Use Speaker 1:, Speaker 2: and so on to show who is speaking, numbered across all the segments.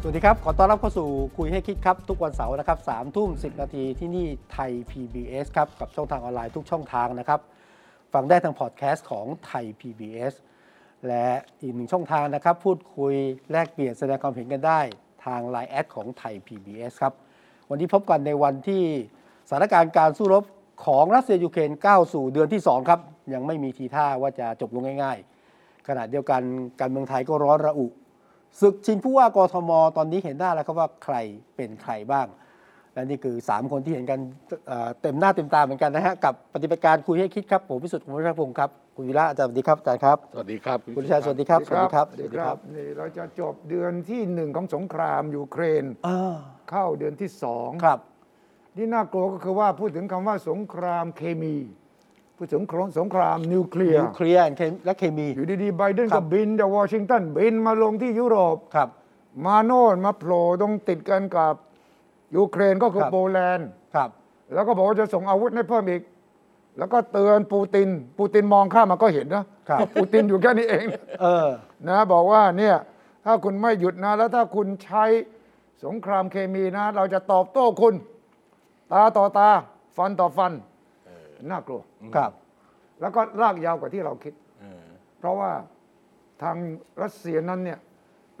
Speaker 1: สวัสดีครับ ขอต้อนรับเข้าสู่คุยให้คิดครับ ทุกวันเสาร์นะครับสามทุ่มสินาทีที่นี่ไทย PBS ครับ กับช่องทางออนไลน์ทุกช่องทางนะครับ ฟังได้ทางพอดแคสต์ของไทย PBS และอีกหนึ่งช่องทางนะครับ พูดคุยแลกเปลี่ยนแสดงความเห็นกันได้ ทาง Line แอดของไทย PBS ครับ วันนี้พบกันในวันที่สถานการณ์การสู้รบของรัสเซียยูเครนก้าวสู่เดือนที่สองครับยังไม่มีทีท่าว่าจะจบลงง่าย ๆ ขณะเดียวกันการเมืองไทยก็ร้อนระอุ ศึกชิงผู้ว่ากทม ตอนนี้เห็นได้แล้วครับว่าใครเป็นใครบ้าง และนี่คือ 3 คนที่เห็นกันเอ่อเต็มหน้าเต็มตาเหมือนกันนะฮะ กับปฏิบัติการคุยให้คิดครับ ผมพิสุทธิ์คุณวชรพงศ์ครับ คุณวีระอาจารย์สวัสดีครับอาจารย์ครับ
Speaker 2: สวัสดีครับ
Speaker 1: คุณวิชัยสวัสดีครับ สวัสดีครับ
Speaker 3: สวัสดีครับนี่เราจะจบเดือนที่หนึ่งของสงครามยูเครน
Speaker 1: อ่า
Speaker 3: เข้าเดือนที่สอง
Speaker 1: ครับ
Speaker 3: ที่น่ากลัวก็คือว่าพูดถึงคำว่าสงครามเคมี พูดถึงโครงสงครามนิวเคลียร์
Speaker 1: นิวเคลียร์และเคมี
Speaker 3: อยู่ดีๆไบเดน
Speaker 1: ครั
Speaker 3: ก็
Speaker 1: บ
Speaker 3: บินจากวอชิงตันบินมาลงที่ยุโรป
Speaker 1: ครับ
Speaker 3: มาโน่นมาโผล่ตรงติดกันกับยูเครนก็คือ
Speaker 1: ครับ
Speaker 3: โปแลนด์
Speaker 1: ครับ
Speaker 3: แล้วก็บอกว่าจะส่งอาวุธให้เพิ่มอีก แล้วก็เตือนปูติน ปูตินมองข้ามมาก็เห็นนะครับ ว่าปูตินอยู่แค่นี้เอง
Speaker 1: เออ
Speaker 3: นะบอกว่าเนี่ยถ้าคุณไม่หยุดนะ แล้วถ้าคุณใช้สงครามเคมีนะ เราจะตอบโต้คุณ ตาต่อตาฟันต่อฟันน่ากลัว
Speaker 1: ครับ
Speaker 3: แล้วก็ลากยาวกว่าที่เราคิด เพราะว่าทางรัสเซียนั้นเนี่ย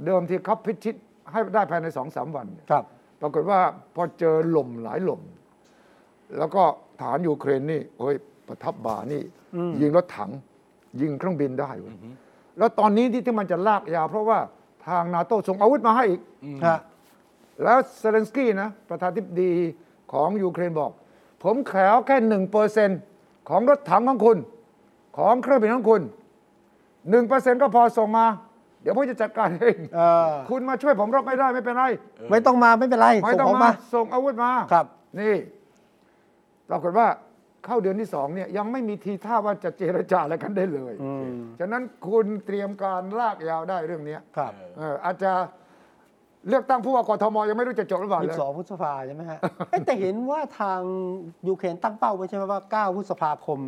Speaker 3: เดิมที่เขาพิชิตให้ได้ภายในสองสามวันเนี่ย
Speaker 1: ครับ
Speaker 3: ปรากฏว่าพอเจอหล่มหลายหล่ม แล้วก็ฐานยูเครนนี่เฮ้ยประทับบ่านี่ ยิงรถถัง ยิงเครื่องบินได้เว้ยแล้วตอนนี้ที่ที่มันจะลากยาวเพราะว่าทางนาโต้ส่งอาวุธมาให้อีก
Speaker 1: ฮะ
Speaker 3: แล้วเซเลนสกี้นะประธานาธิบดีของยูเครนบอก ผมแขวแค่หนึ่งเปอร์เซนของรถถังของคุณ ของเครื่องบินของคุณหนึ่งเปอร์เซนก็พอส่งมา เดี๋ยวผมจะจัดการเอง
Speaker 1: เออ
Speaker 3: คุณมาช่วยผมรบไม่ได้ไม่เป็นไร
Speaker 1: ไม่ต้องมาไม่เป็นไร
Speaker 3: ไม่
Speaker 1: ส่ง
Speaker 3: ต้อง
Speaker 1: ออก
Speaker 3: มา
Speaker 1: มา
Speaker 3: ส่งอาวุธมา
Speaker 1: ครับ
Speaker 3: นี่ปรากฏว่าเข้าเดือนที่สองเนี่ยยังไม่มีทีท่าว่าจะเจรจาอะไรกันได้เลยฉะนั้นคุณเตรียมการลากยาวได้เรื่องเนี้ย
Speaker 1: ครับ
Speaker 3: เอออาจจะเลือกตั้งผู้ว่ากทมยังไม่รู้จะจบหรือเปล่า
Speaker 1: ยี่
Speaker 3: เล
Speaker 1: สิบ
Speaker 3: ย
Speaker 1: สองพฤษภาใช่ไหม ฮะ เอ๊ะแต่เห็นว่าทางยูเครนตั้งเป้าไว้ใช่ไหมว่า 9 พฤษภาคม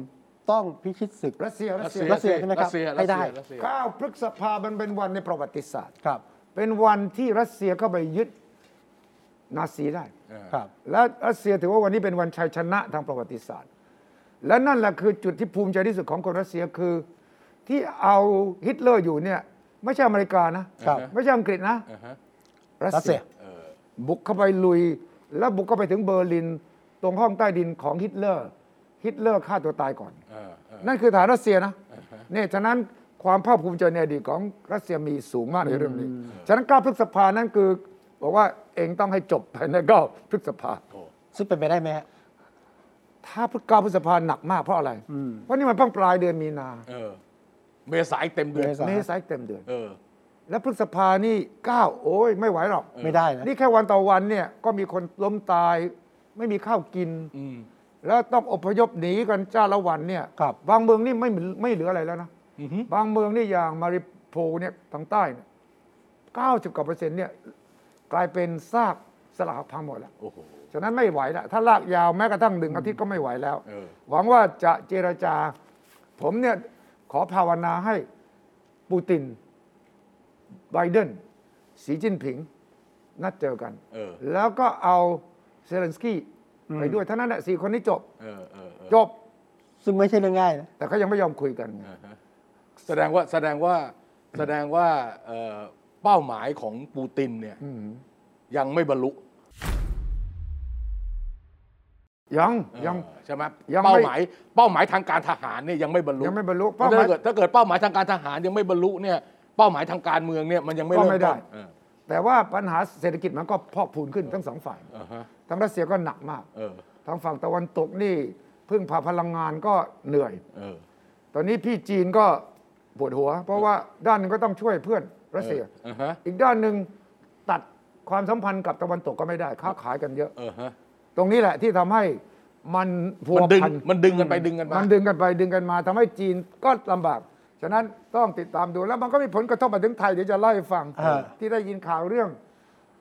Speaker 1: ต้องพิชิตศึก
Speaker 3: รัสเซียรัสเซีย
Speaker 1: รัสเซียใช่ไหมครับ
Speaker 2: รัสเซีย
Speaker 1: ให้ได้
Speaker 2: รัสเซีย
Speaker 3: เก้าพฤษภามันเป็นวันในประวัติศาสตร์
Speaker 1: ครับ
Speaker 3: เป็นวันที่รัสเซียเข้าไปยึดนาซีได้
Speaker 1: ครับ
Speaker 3: และรัสเซียถือว่าวันนี้เป็นวันชัยชนะทางประวัติศาสตร์ และนั่นแหละคือจุดที่ภูมิใจที่สุดของคนรัสเซียคือ ที่เอาฮิตเลอร์อยู่เนี่ยไม่ใช่อเมริกานะ
Speaker 1: ครับ
Speaker 3: ไม่ใช่อังกฤษนะ
Speaker 2: อ่าฮะ
Speaker 3: รัส
Speaker 1: รัส
Speaker 3: เซี
Speaker 1: เซี
Speaker 3: ย
Speaker 1: ย
Speaker 3: บุกเข้าไปลุย และบุกเข้าไปถึงเบอร์ลิน ตรงห้องใต้ดินของฮิตเลอร์ ฮิตเลอร์ฆ่าตัวตายก่อน
Speaker 2: อ่าอ่า
Speaker 3: นั่นคือฐานรัสเซียนะเนี่ยฉะนั้นความภาคภูมิใจในอดีตของรัสเซียมีสูงมากในเรื่องนี้ ฉะนั้น9พฤษภานั่นคือ บอกว่าเองต้องให้จบภายใน9พฤษภา
Speaker 1: ซึ่งเป็นไปได้ไหมฮะ
Speaker 3: ถ้า9พฤษภาหนักมากเพราะอะไร เพราะนี่มันเพิ่งปลายเดือนมีนา
Speaker 2: เออเมษายนเต็มเดือน
Speaker 1: เมษาย
Speaker 3: เมษายนเต็มเดือน
Speaker 2: เออ
Speaker 3: แล้วพฤษภานี่ 9 โอ้ยไม่ไหวหรอก
Speaker 1: ไม่ได้นะ
Speaker 3: นี่แค่วันต่อวันเนี่ยก็มีคนล้มตาย ไม่มีข้าวกิน
Speaker 2: อืม
Speaker 3: แล้วต้องอพยพหนีกันจ้าละวันเนี่ย
Speaker 1: ครับ
Speaker 3: งเมืองนี่ไม่เหลือไม่เหลืออะไรแล้วนะบางเมืองนี่อย่างมาริโพเนี่ยทางใต้เนี่ยเก้าสิบกว่าเปอร์เซ็นต์เนี่ยกลายเป็นซากสลักหักพังหมดแล้ว
Speaker 2: โอ้โห
Speaker 3: ฉะนั้นไม่ไหวละถ้าลากยาวแม้กระทั่งหนึ่งอาทิตย์ก็ไม่ไหวแล้ว
Speaker 2: เออ
Speaker 3: หวังว่าจะเจรจา ผมเนี่ยขอภาวนาให้ปูตินไบเดนสีจิ้นผิง นัดเจอกัน
Speaker 2: เออ
Speaker 3: แล้วก็เอาเซเลนสกี้ไปด้วยเท่านั้นแหละสี่คนนี้จบ
Speaker 2: เออเออเออ
Speaker 3: จบ
Speaker 1: ซึ่งไม่ใช่เรื่องง่ายนะ
Speaker 3: แต่เขายังไม่ยอมคุยกันไง
Speaker 2: อ่าฮะแสดงว่าแสดงว่าแสดงว่าเอ่อเป้าหมายของปูตินเนี่ยยังไม่บรรลุ
Speaker 3: ยัง
Speaker 2: เออ
Speaker 3: ยัง
Speaker 2: ใช่ไหม
Speaker 3: ยังไม่
Speaker 2: เป้าหมายเป้าหมายทางการทหารเนี่ยยังไม่บรรลุ
Speaker 3: ยังไม่บรรลุ
Speaker 2: เพ
Speaker 3: เป้า
Speaker 2: ราะ
Speaker 3: หมาย
Speaker 2: ถ้าเกิดถ้าเกิดเป้าหมายทางการทหารยังไม่บรรลุเนี่ยเป้าหมายทางการเมืองเนี่ยมันยังไม่
Speaker 3: ก็
Speaker 2: เริ่ม
Speaker 3: ไม่ได้
Speaker 2: ต้นเออ
Speaker 3: แต่ว่าปัญหาเศรษฐกิจมันก็พอกพูนขึ้นทั้งสองฝ่าย
Speaker 2: อ่าฮะ
Speaker 3: ทางรัสเซียก็หนักมาก
Speaker 2: เออ
Speaker 3: ทางฝั่งตะวันตกนี่พึ่งพาพลังงานก็เหนื่อย
Speaker 2: เออ
Speaker 3: ตอนนี้พี่จีนก็ปวดหัว เพราะว่าด้านหนึงก็ต้องช่วยเพื่อนรัสเซีย
Speaker 2: เอออ่าฮะ
Speaker 3: อีกด้านหนึ่งตัด ความสัมพันธ์กับตะวันตกก็ไม่ได้ค้าขายกันเยอะ
Speaker 2: เออฮะ
Speaker 3: ตรงนี้แหละที่ทำให้มันพัว
Speaker 2: มันดึง
Speaker 3: พัน
Speaker 2: มันดึงกันไปดึงกันมา
Speaker 3: มันดึงกันไปดึงกันมาทำให้จีนก็ลำบาก ฉะนั้นต้องติดตามดูแล้วมันก็มีผลกระทบมาถึงไทยเดี๋ยวจะเล่าให้ฟัง
Speaker 1: อ่า
Speaker 3: ที่ได้ยินข่าวเรื่อง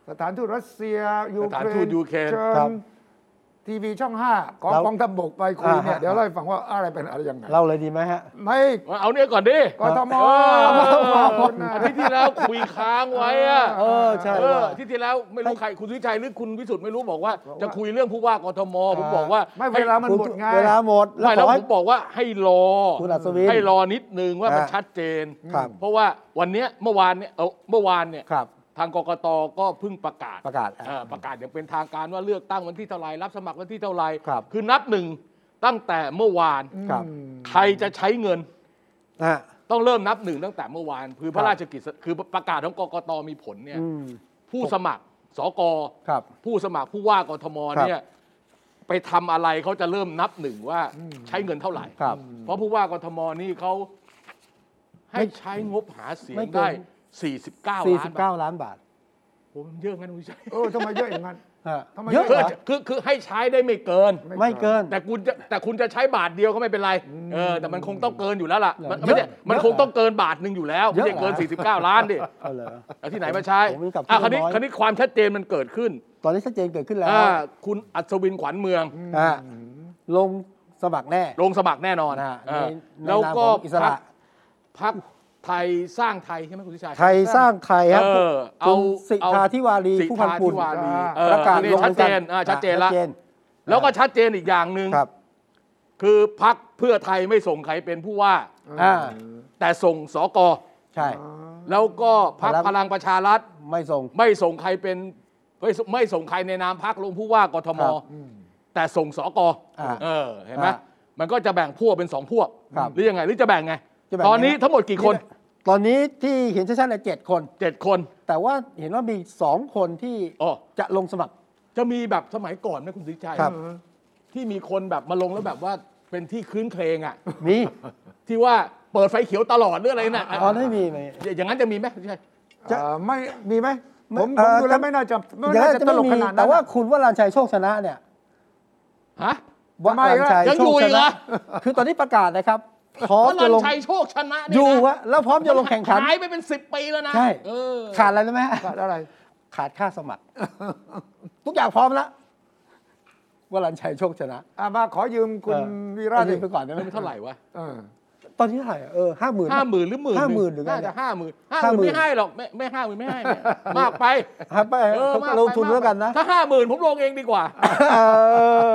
Speaker 3: สถานทูตรัสเซียยู
Speaker 2: สถา
Speaker 3: เคน รน
Speaker 2: ทูตยูเครน
Speaker 3: เชิ
Speaker 1: ครับ
Speaker 3: ญทีวีช่องห้าของ
Speaker 1: เรา
Speaker 3: กองทัพบกไปคุยเนี่
Speaker 1: อ่า
Speaker 3: ย
Speaker 1: ฮะ
Speaker 3: เดี๋ยวเล่าให้ฟังว่าอะไรเป็นอะไรยังไง
Speaker 1: เล่าเลยดีไหมฮะ
Speaker 3: ไม่
Speaker 2: มาเอาเนี่ยก่อนดิ
Speaker 3: กทม
Speaker 2: เออ
Speaker 3: หมดนะ
Speaker 2: อาทิตย์ที่แล้วคุยค้างไว้อะ
Speaker 1: เออใช่
Speaker 2: เออ
Speaker 1: ว่า
Speaker 2: อาที่ที่แล้วไม่รู้ใครคุณวิชัยหรือคุณวิสุทธ์ไม่รู้บอกว่า จะคุยเรื่องผู้ว่ากทมผมบอกว่า
Speaker 3: ไม่
Speaker 2: ให้
Speaker 3: เวลามัน
Speaker 1: คุณ
Speaker 3: หมดไง
Speaker 1: เวลาหมด
Speaker 2: ไม่
Speaker 1: ข
Speaker 2: แล้ว
Speaker 1: อให้
Speaker 2: ผมบอกว่าให้รอ
Speaker 1: คุณอัศวิน
Speaker 2: ให้รอนิดนึงว่ามัน
Speaker 1: อ่ะ
Speaker 2: ชัดเจน
Speaker 1: ครับ
Speaker 2: เพราะว่าวันเนี้ยเมื่อวานเนี่ยเอาเมื่อวานเนี่ย
Speaker 1: ครับ
Speaker 2: ทางกกตก็เพิ่งประกาศ
Speaker 1: ประกาศอ่ะ
Speaker 2: เออประกาศอย่างเป็นทางการว่าเลือกตั้งวันที่เท่าไหรรับสมัครวันที่เท่าไหร
Speaker 1: ครับ
Speaker 2: คือนับหนึ่งตั้งแต่เมื่อวาน
Speaker 1: ครับ
Speaker 2: ใครจะใช้เงิน
Speaker 1: อ่ะ
Speaker 2: ต้องเริ่มนับหนึ่งตั้งแต่เมื่อวานคือพ
Speaker 1: ครั
Speaker 2: ระ
Speaker 1: บ
Speaker 2: ราชกิจคือประกาศของกกตมีผลเนี่ย
Speaker 1: อืม
Speaker 2: ผู้สมัครสก
Speaker 1: ครับ
Speaker 2: ผู้สมัครผู้ว่ากทม
Speaker 1: ครับ
Speaker 2: เนี่ยไปทำอะไรเขาจะเริ่มนับหนึ่งว่าใช้เงินเท่าไหร่
Speaker 1: ครับ
Speaker 2: เพราะผู้ว่ากทมนี่เขาให้ใช้งบหาเสีย
Speaker 1: ไม่
Speaker 2: ง
Speaker 1: เกิน
Speaker 2: ได้ 49 ล้านบาท
Speaker 1: 49 ล้านบาท
Speaker 2: โอ้มันเยอะงั้นคุณชัย
Speaker 3: เออทำไมเยอะอย่างนั้น
Speaker 1: ฮะ
Speaker 3: ทำไม
Speaker 1: เยอะเห
Speaker 2: คือ
Speaker 1: รอ
Speaker 2: คือคือให้ใช้ได้ไม่เกิน
Speaker 1: ไม่เกิน
Speaker 2: แต่คุณจะแต่คุณจะใช้บาทเดียวก็ไม่เป็นไรเออแต่มันคงต้องเกินอยู่แล้วล่ะ มัน
Speaker 1: เยอะ
Speaker 2: ไม่ใช่มัน
Speaker 1: เยอะ
Speaker 2: คงต้องเกินบาทหนึ่งอยู่แล้ว
Speaker 1: เย
Speaker 2: ไม่
Speaker 1: อะ
Speaker 2: ใช่เกิน
Speaker 1: เหรอ
Speaker 2: 49 ล้านดิ
Speaker 1: เอาเหรอ
Speaker 2: เอาที่ไหนมาใช้
Speaker 1: ผมกลับ
Speaker 2: อ่ะคราวนี้
Speaker 1: เรื่องน้อย
Speaker 2: คราวนี้ความชัดเจนมันเกิดขึ้น
Speaker 1: ตอนนี้ชัดเจนเกิดขึ้นแล้ว
Speaker 2: อ่าคุณอัศวินขวัญเมือง
Speaker 1: อ่ะลงสมัครแน่
Speaker 2: ลงสมัครแน่นอน
Speaker 1: นะฮะใน
Speaker 2: อ่า
Speaker 1: ใน
Speaker 2: แล้ว
Speaker 1: นามข
Speaker 2: ก็
Speaker 1: องอิส
Speaker 2: พรร
Speaker 1: ระ
Speaker 2: คพรรคไทยสร้างไทยใช่ไหมคุณชัย
Speaker 1: ไทยสร้างไทยครับ
Speaker 2: เออเอา
Speaker 1: คุณสิ
Speaker 2: เอา
Speaker 1: ทธาธิวารี
Speaker 2: สิทธา
Speaker 1: ผู้พันกุล
Speaker 2: ธิวารีเออ
Speaker 1: ประกาศ
Speaker 2: อันนี้
Speaker 1: ลง
Speaker 2: ชัดเจน
Speaker 1: กั
Speaker 2: อ่าชัดเจนละ
Speaker 1: ชัดเจน
Speaker 2: แล้วก็ชัดเจนอีกอย่างหนึ่ง
Speaker 1: ครับ
Speaker 2: คือพักเพื่อไทยไม่ส่งใครเป็นผู้ว่า
Speaker 1: อ่า
Speaker 2: แต่ส่งสก
Speaker 1: ใช่
Speaker 2: แล้วก็พัก
Speaker 1: พลัง
Speaker 2: พลังประชารัฐ
Speaker 1: ไม่ส่ง
Speaker 2: ไม่ส่งใครเป็นไม่ส่งไม่ส่งใครในนามพักลงผู้ว่ากทม
Speaker 1: ครับ
Speaker 2: แต่ส่งสก
Speaker 1: อ่า
Speaker 2: เออเห็นไหม
Speaker 1: อ่า
Speaker 2: มันก็จะแบ่งพวกเป็นสองพวก
Speaker 1: ครับ
Speaker 2: หรือยังไงหรือจะแบ่งไง
Speaker 1: จะแบ่ง
Speaker 2: ตอนนี้
Speaker 1: ไง
Speaker 2: ทั้งหมดกี่คน
Speaker 1: ตอนนี้ที่เห็นชัดๆเลยเจ็ดคน
Speaker 2: เจ็ดคน
Speaker 1: แต่ว่าเห็นว่ามีสองคนที่
Speaker 2: อ๋อ
Speaker 1: จะลงสมัคร
Speaker 2: จะมีแบบสมัยก่อนไหมคุณสิชัย
Speaker 1: ครับ
Speaker 2: ที่มีคนแบบมาลงแล้วแบบว่าเป็นที่คลื้นเครงอ่ะ
Speaker 1: มี
Speaker 2: ที่ว่าเปิดไฟเขียวตลอดหรืออะไรนะ
Speaker 1: อ๋อไม่มีไม่มี
Speaker 2: อย่างนั้นจะมีไหมใช่
Speaker 1: จะ
Speaker 3: เอ่อไม่มีไหม
Speaker 1: ไม่
Speaker 3: ผม
Speaker 1: เอ่
Speaker 3: ผม
Speaker 1: อ
Speaker 3: ดูแล้ว
Speaker 1: จะ
Speaker 3: ไม่น่าจะไม่
Speaker 1: อย่าง
Speaker 3: น่า
Speaker 1: นั้น
Speaker 3: จะ
Speaker 1: จะ
Speaker 3: ต
Speaker 1: ไม่
Speaker 3: ลก
Speaker 1: มี
Speaker 3: ขนาดนั้น
Speaker 1: แต่ว่า
Speaker 3: อะ
Speaker 1: คุณวรานชัยโชคชนะเนี่ย
Speaker 2: ฮะ
Speaker 1: วรานชัย
Speaker 2: ยัง
Speaker 1: โช
Speaker 2: อ
Speaker 1: คช
Speaker 2: ยู่อีกเหร
Speaker 1: นะ
Speaker 2: อ
Speaker 1: คือตอนนี้ประกาศนะครับพร้อม
Speaker 2: พ
Speaker 1: จะ
Speaker 2: ลัน
Speaker 1: ลง
Speaker 2: ชัยโชคชนะ
Speaker 1: อ
Speaker 2: เนี่
Speaker 1: ยู่
Speaker 2: นะ
Speaker 1: ฮะแล้วพร้อมจะลงแข่งขัน
Speaker 2: หายไปเป็นสิบปีแล้วนะ
Speaker 1: ใช่
Speaker 2: เออ
Speaker 1: ขาดอะไรรู้ไหมฮะ
Speaker 3: ขาดอะไร
Speaker 1: ขาดค่าสมัคร ทุกอย่างพร้อมแล้ววรันชัยโชคชนะ
Speaker 3: อ่ะมาขอยืมคุณ
Speaker 1: เออ
Speaker 3: วีระ
Speaker 1: อัน
Speaker 3: ดิ
Speaker 1: นี้ไปก่อนได้ไหม
Speaker 2: ไม่เท่าไหร่วะ
Speaker 3: เออ
Speaker 1: ตอนนี้เท่าไหร่อะเออห้าหมื่น
Speaker 2: ห้าหมื่นหรือหมื่นง
Speaker 1: ห้าหมื่นหรือไง
Speaker 2: น่าจะห้าหมื่นห้า
Speaker 1: ห้า
Speaker 2: ห
Speaker 1: หมื่น
Speaker 2: มื่นไม่ให้หรอกไม่ไม่ห้าหมื่นไม่ให้เนี่ยมากไป
Speaker 1: ครับไป
Speaker 2: เออ
Speaker 1: เขา
Speaker 2: มากไป
Speaker 1: ลงทุนแล้วกันนะ
Speaker 2: ถ้าห้าหมื่นผมลงเองดีกว่า
Speaker 1: เอ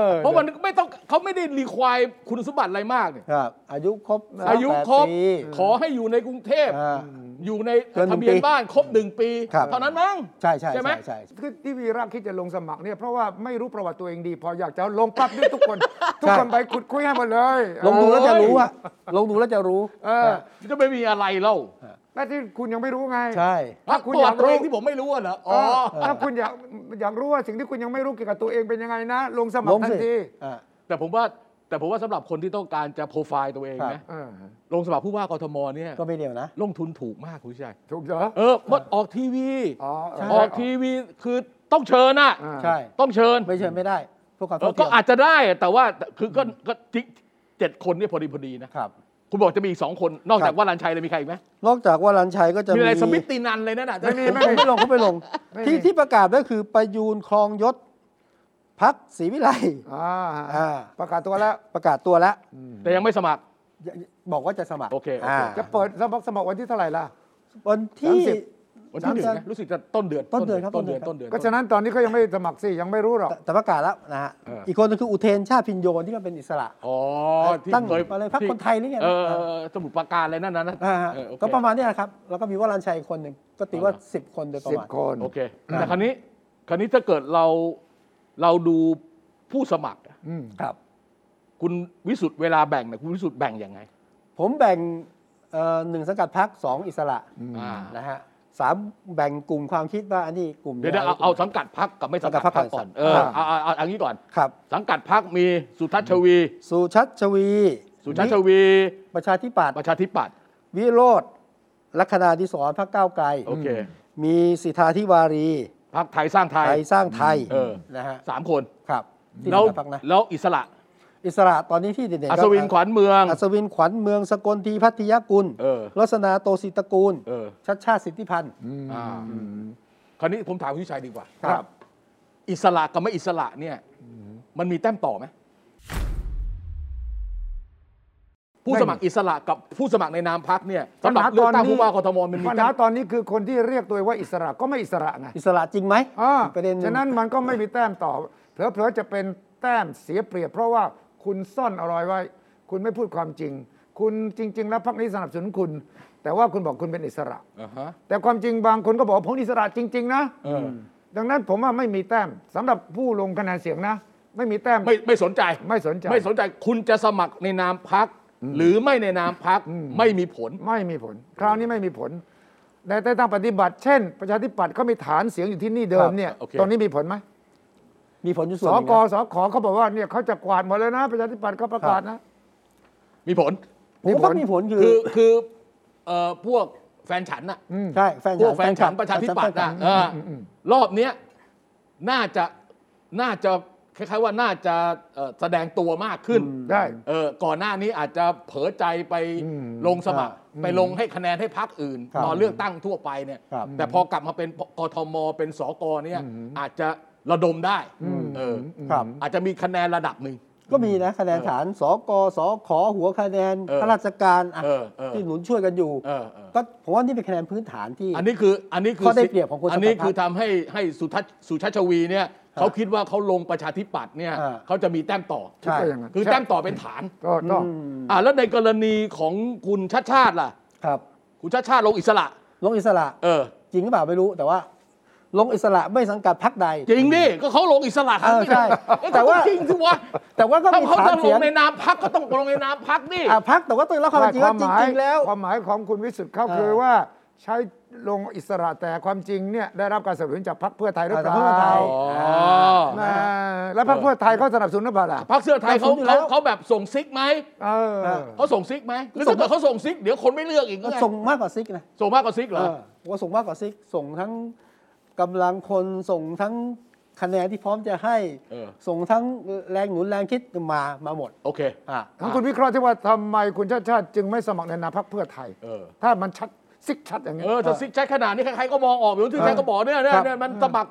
Speaker 1: อ
Speaker 2: เพราะมันไม่ต้องเขาไม่ได้รีควายคุณสมบัติอะไรมากเนี่ย
Speaker 1: ครับอายุครบ
Speaker 2: อายุครบ
Speaker 1: แปดปี
Speaker 2: ขอให้อยู่ในกรุงเทพ
Speaker 1: อ่า
Speaker 2: อยู่ใน
Speaker 1: เกินหนึ่
Speaker 2: ทะ
Speaker 1: ง
Speaker 2: เบียน
Speaker 1: ปี
Speaker 2: บ้านครบหนึ่งปี
Speaker 1: ครับ
Speaker 2: เท่านั้นมั้ง
Speaker 1: ใช่ใช่
Speaker 2: ใช่ไหม
Speaker 1: ใช่ใช่ใช่
Speaker 3: คือที่วีระคิดจะลงสมัครเนี่ยเพราะว่าไม่รู้ประวัติตัวเองดี พออยากจะลงปั๊บนี่ทุกคน ทุกคนไปขุดคุยให้หมดเลย
Speaker 1: ลงดูแล้วจะรู้อะลงดูแล้วจะรู้
Speaker 3: เออ
Speaker 2: จะไม่มีอะไรเล่า
Speaker 3: แต่ที่คุณยังไม่รู้ไง
Speaker 1: ใช่
Speaker 3: ถ้าคุณ
Speaker 2: ตัว
Speaker 3: อยาก
Speaker 2: ตัว
Speaker 3: รู้
Speaker 2: เองที่ผมไม่รู้อะเหรอ
Speaker 3: เอ
Speaker 2: อ๋อ
Speaker 3: อถ้าคุณอยากอยากรู้ว่าสิ่งที่คุณยังไม่รู้เกี่ยวกับตัวเองเป็นยังไงนะ ลงสมัค
Speaker 1: ล
Speaker 3: รง ทัน
Speaker 1: สิ
Speaker 3: ที
Speaker 1: อ่ะ
Speaker 2: แต่ผมว่าแต่ผมว่าสำหรับคนที่ต้องการจะโปรไฟล์ตัวเอง
Speaker 1: ครับ
Speaker 2: นะ
Speaker 3: เออ
Speaker 2: ลงสมัครผู้ว่ากทมเนี่ย
Speaker 1: ก็ไม่เดียวนะ
Speaker 2: ลงทุนถูกมากคุณชัย
Speaker 3: ถูกเหรอ
Speaker 2: เออมดออกทีวี
Speaker 3: อ๋อเออ
Speaker 2: ออกทีวีคือต้องเชิญอะ
Speaker 3: อ่า
Speaker 1: ใช่
Speaker 2: ต้องเชิญ
Speaker 1: ไม่เชิญไม่ได้เพื่อความ
Speaker 2: เอ
Speaker 1: เท่าเที
Speaker 2: อก็
Speaker 1: ยม
Speaker 2: อาจจะได้อะแต่ว่าคือก็ก็จิ๊กเจ็ดคนเนี่ยพอดีพอดีนะครับ คุณบอกจะมีอีกสองคนนอก
Speaker 1: ครับ
Speaker 2: จากว่ารันชัยเลยมีใครอีกไหม
Speaker 1: นอกจากวรันชัยก็จะ
Speaker 2: มีอะไร
Speaker 1: มี
Speaker 2: สมิตินันเลยนั่นน่ะ
Speaker 3: ไม่มี
Speaker 1: ผม
Speaker 3: ไม่
Speaker 1: ผม
Speaker 3: มี
Speaker 1: ไม่ลงผมไม่ลง
Speaker 3: ไม่มี
Speaker 1: ที่ที่ประกาศก็คือประยูนคลองยศพักศรีวิไล
Speaker 3: อ่า
Speaker 1: อ่า
Speaker 3: ประกาศตัวแล้ว
Speaker 1: ประกาศตัวแล้ว
Speaker 2: แต่ยังไม่สมัคร
Speaker 1: อย่าบอกว่าจะสมัคร
Speaker 2: โอเคโอเค
Speaker 1: า
Speaker 3: จะเปิดสมัครสมัครวันที่เท่าไหร่ล่ะ
Speaker 1: วันที่
Speaker 2: วันที่หนึ่ง
Speaker 1: สามสิ
Speaker 2: นะ
Speaker 1: บ
Speaker 2: รู้สึกจะต้นเดือน
Speaker 1: ต้นเดือนครับ
Speaker 2: ต้นเดือน
Speaker 1: ต้
Speaker 2: ต้น
Speaker 1: นเดื
Speaker 2: เดือ
Speaker 1: อน น
Speaker 3: ก็ฉะนั้นตอนนี้ก็ยังไม่สมัครสิยังไม่รู้หรอก
Speaker 1: แต่แต่ประกาศแล้วนะฮะ
Speaker 2: เอออี
Speaker 1: อีกคนนึงคืออุเทนชาติพินโยที่ก็เป็นอิสระ
Speaker 2: อ๋อที่
Speaker 1: ตั้ง
Speaker 2: เคย
Speaker 1: อะไรพรรคคนไทยหรือไงนะ
Speaker 2: เออเออเออสมุดปราการอะไรนั่นนะนะ
Speaker 1: อ่าฮะ
Speaker 2: เออโอเค
Speaker 1: ก็ประมาณเนี้ยนะครับ แล้วก็มีวรันชัยอีกคนหนึ่งก็ตีว่า 10 คนโดยประ
Speaker 3: สิบ
Speaker 1: มาณ
Speaker 3: คน
Speaker 2: โอเคแต่คราวนี้คราวนี้ถ้าเกิดเราเราดูผู้สมัครอะ
Speaker 3: อืม
Speaker 1: ครับ
Speaker 2: คุณวิสุทธ์เวลาแบ่งเนี่ยคุณวิสุทธ์แบ่งยังไง
Speaker 1: ผมแบ่งเอ่อหนึ่งสังกัดพักสองอิสระ
Speaker 2: อ่า
Speaker 1: นะฮะสามแบ่งกลุ่มความคิดว่าอันนี้กลุ่
Speaker 2: เดี๋ย
Speaker 1: มะ
Speaker 2: วเอา
Speaker 1: ไร
Speaker 2: เอาสังกัดพักกับไม่สังกัด
Speaker 1: สังกัดพร
Speaker 2: พั
Speaker 1: ร
Speaker 2: ก
Speaker 1: คก่
Speaker 2: ก่
Speaker 1: อ
Speaker 2: อน นเออเอาเอาเอาเอย่างนี้ก่อน
Speaker 1: ครับ
Speaker 2: สังกัดพักมีสุทัศน์ชวี
Speaker 1: สุชัชวี
Speaker 2: สุทัศน์ชวี
Speaker 1: ประชาธิปัตย์
Speaker 2: ประชาธิปัตย์
Speaker 1: วิโรธลัคนาดิสรพักก้าวไกล
Speaker 2: โอเค
Speaker 1: มีสิทธาธิวารี
Speaker 2: พักไทยสร้างไทย
Speaker 1: ไทยสร้างไทย
Speaker 2: เออ
Speaker 1: นะฮะ
Speaker 2: สามคน
Speaker 1: ครับที่
Speaker 2: แล้ว
Speaker 1: ไหนพักนะ
Speaker 2: แล้วอิสระ
Speaker 1: อิสระตอนนี้ที่เด่นๆ
Speaker 2: อั
Speaker 1: ก็
Speaker 2: ศวินขวัญเมือง
Speaker 1: อัศวินขวัญเมืองสกลทีพัทยกุล
Speaker 2: เออ
Speaker 1: ลัษณาโตศิตกูล
Speaker 2: เออ
Speaker 1: ชัดชาติสิทธิพันธ์
Speaker 2: อ่า คราวนี้ผมถามคุณชัยดีกว่า
Speaker 1: ครับ
Speaker 2: อิสระกับไม่อิสระเนี่ยมันมีแต้มต่อไหมผู้สมัครอิสระกับผู้สมัครในนามพักเนี่ยสำหรับเลือกตั้งผู้ว่ากทมมันมี
Speaker 3: ปัญ
Speaker 2: แต้
Speaker 3: หาม ตอนนี้คือคนที่เรียกตัวเองว่าอิสระก็ไม่อิสระไง
Speaker 1: อิสระจริงไหม
Speaker 3: อ่า
Speaker 1: อีกประเด็นหง
Speaker 3: ฉะนั้นมันก็ไม่มีแต้มต่อเผลอๆจะเป็นแต้มเสียเปรียบ เพราะว่าคุณซ่อนอะไรไว้ คุณไม่พูดความจริง คุณจริง ๆ แล้วพรรคนี้สนับสนุนคุณ แต่ว่าคุณบอกคุณเป็นอิสระ
Speaker 2: อ่าฮะ
Speaker 3: แต่ความจริงบางคนก็บอกว่าผมอิสระจริง ๆ นะ
Speaker 2: เออ
Speaker 3: ดังนั้นผมว่าไม่มีแต้มสำหรับผู้ลงคะแนนเสียงนะ ไม่มีแต้ม
Speaker 2: ไม่ไม่สนใจ
Speaker 3: ไม่สนใจ
Speaker 2: ไม่สนใจคุณจะสมัครในนามพัก หรือไม่ในนามพักไม่มีผล
Speaker 3: ไม่มีผล คราวนี้ไม่มีผลในแต่ทางปฏิบัติ เช่น ประชาธิปัตย์เขามีฐานเสียงอยู่ที่นี่เดิมเนี่ย
Speaker 2: โอเค
Speaker 3: ตอนนี้มีผลไหม
Speaker 1: มีผลอยู่
Speaker 3: ส
Speaker 1: ส่วนหนึ่ง
Speaker 3: ก
Speaker 1: นะ
Speaker 3: สขเขาบอกว่าเนี่ยเขาจะกวาดหมดแล้วนะ ประชาธิปัตย์เขาประกาศนะ
Speaker 2: มีผล
Speaker 1: ผมว่ามีผลคือ
Speaker 2: คือคือเอ่อพวกแฟนฉันอะ
Speaker 1: ใช่แฟน
Speaker 2: พ
Speaker 1: ฉั
Speaker 2: วน กแฟนฉัน
Speaker 1: ค
Speaker 2: ประชาธิปัตย์
Speaker 1: แฟ
Speaker 2: อะ
Speaker 1: นฉัน
Speaker 2: เอออรอบเนี้ยน่าจะน่าจะคล้ายๆว่าน่าจะเอ่อแสดงตัวมากขึ้น
Speaker 3: ได้
Speaker 2: เออก่อนหน้านี้อาจจะเผลอใจไปลงสมัคร ไปลงให้คะแนนให้พักอื่น
Speaker 1: ครับ
Speaker 2: ตอนเลือกตั้งทั่วไปเนี่ย
Speaker 1: ครับ
Speaker 2: แต่พอกลับมาเป็นกทมเป็นสกเนี่ยอาจจะระดมได้เอออ
Speaker 1: ครับ
Speaker 2: อาจจะมีคะแนนระดับหนึ่ง
Speaker 1: ก็มีนะคะแนนฐานสกสขหัวคะแนน
Speaker 2: เออ
Speaker 1: ข้าราชการอะ
Speaker 2: เออเออ
Speaker 1: ที่หนุนช่วยกันอยู่
Speaker 2: เออเออ
Speaker 1: ก็ผมว่านี่เป็นคะแนนพื้นฐานที่
Speaker 2: อันนี้คืออันนี้คือ
Speaker 1: ข้อได้เปรียบของคนสมัคร
Speaker 2: อันนี้คือทำให้ให้สุทัศน์สุชาติชวีเนี่ยเขาคิดว่าเขาลงประชาธิปัตย์เนี่ย
Speaker 1: อ่า
Speaker 2: เขาจะมีแต้มต่อ
Speaker 1: ใช่
Speaker 3: ก็อย่างนั้น
Speaker 2: คือแต้มต่อเป็นฐาน
Speaker 3: ก็ต้อง
Speaker 2: อ่าแล้วในกรณีของคุณชาติชาติล่ะ
Speaker 1: ครับ
Speaker 2: คุณชาติชาติลงอิสระ
Speaker 1: ลงอิสระ
Speaker 2: เออ
Speaker 1: จริงหรือเปล่าไม่รู้แต่ว่า ลงอิสระไม่สังกัดพรรคใด
Speaker 2: จริงดิก็เขาลงอิสระ
Speaker 1: เออใช่
Speaker 2: เอ๊ะ
Speaker 1: แต่
Speaker 2: แต่ว่า
Speaker 1: ว่า
Speaker 2: จริงสิวะ
Speaker 1: แต่ว่าก็
Speaker 2: ถ้า
Speaker 1: มี
Speaker 2: เขา
Speaker 1: ฐาน
Speaker 2: จะล
Speaker 1: เสีย
Speaker 2: ง
Speaker 1: ง
Speaker 2: ในนามพักก็ต้องลงในนามพักนี่
Speaker 1: อ่ะพรรคแต่ว่าตัวเองแล้วความจริงว่าจริงๆแล้ว
Speaker 3: ความหมายของคุณวิสุทธ์เขา
Speaker 1: เออ
Speaker 3: คือว่าใช้ลงอิสระแต่ความจริงเนี่ยได้รับการสนับสนุนจากพรรคเพื่อไทยหรือเปล่า
Speaker 1: เพื่อไทย
Speaker 2: อ๋อ
Speaker 3: แม่แล้วพรรคเพื่อไทยเขาสนับสนุนหรือเปล่าล่ะ
Speaker 2: พักเสื้อไทย
Speaker 1: ส
Speaker 2: เขา
Speaker 1: นับสนุนอยู่แล้
Speaker 2: เขา
Speaker 1: ว
Speaker 2: เขาแบบส่งซิกไหม
Speaker 3: เออ
Speaker 2: เขาส่งซิกไหมหรือถ้าเกิดเขาส่งซิกเดี๋ยวคนไม่เลือกอีกก็
Speaker 1: ก็
Speaker 2: ไง
Speaker 1: ส่งมากกว่าซิกนะ
Speaker 2: ส่งมากกว่าซิกเหรอ
Speaker 1: เออว่าส่งมากกว่าซิกส่งทั้งกำลังคนส่งทั้งคะแนนที่พร้อมจะให้
Speaker 2: เออ
Speaker 1: ส่งทั้งแรงหนุนแรงคิดมามาหมด
Speaker 2: โอเค
Speaker 1: อ่ะ
Speaker 3: ทั้งคุณวิเคราะห์ที่ว่าทำไมคุณชาติชาติจึงไม่สมัครในนามพรรคเพื่อไทย
Speaker 2: เออ
Speaker 3: ถ้ามันชัดซิกชัดอย่างนี้ย
Speaker 2: เออถ้าซิกชัดขนาดนี้ใครๆก็มองออกอยู่ที่ใครก็บอกเนี่ยเนี่ยเนี่ยมันสมัคร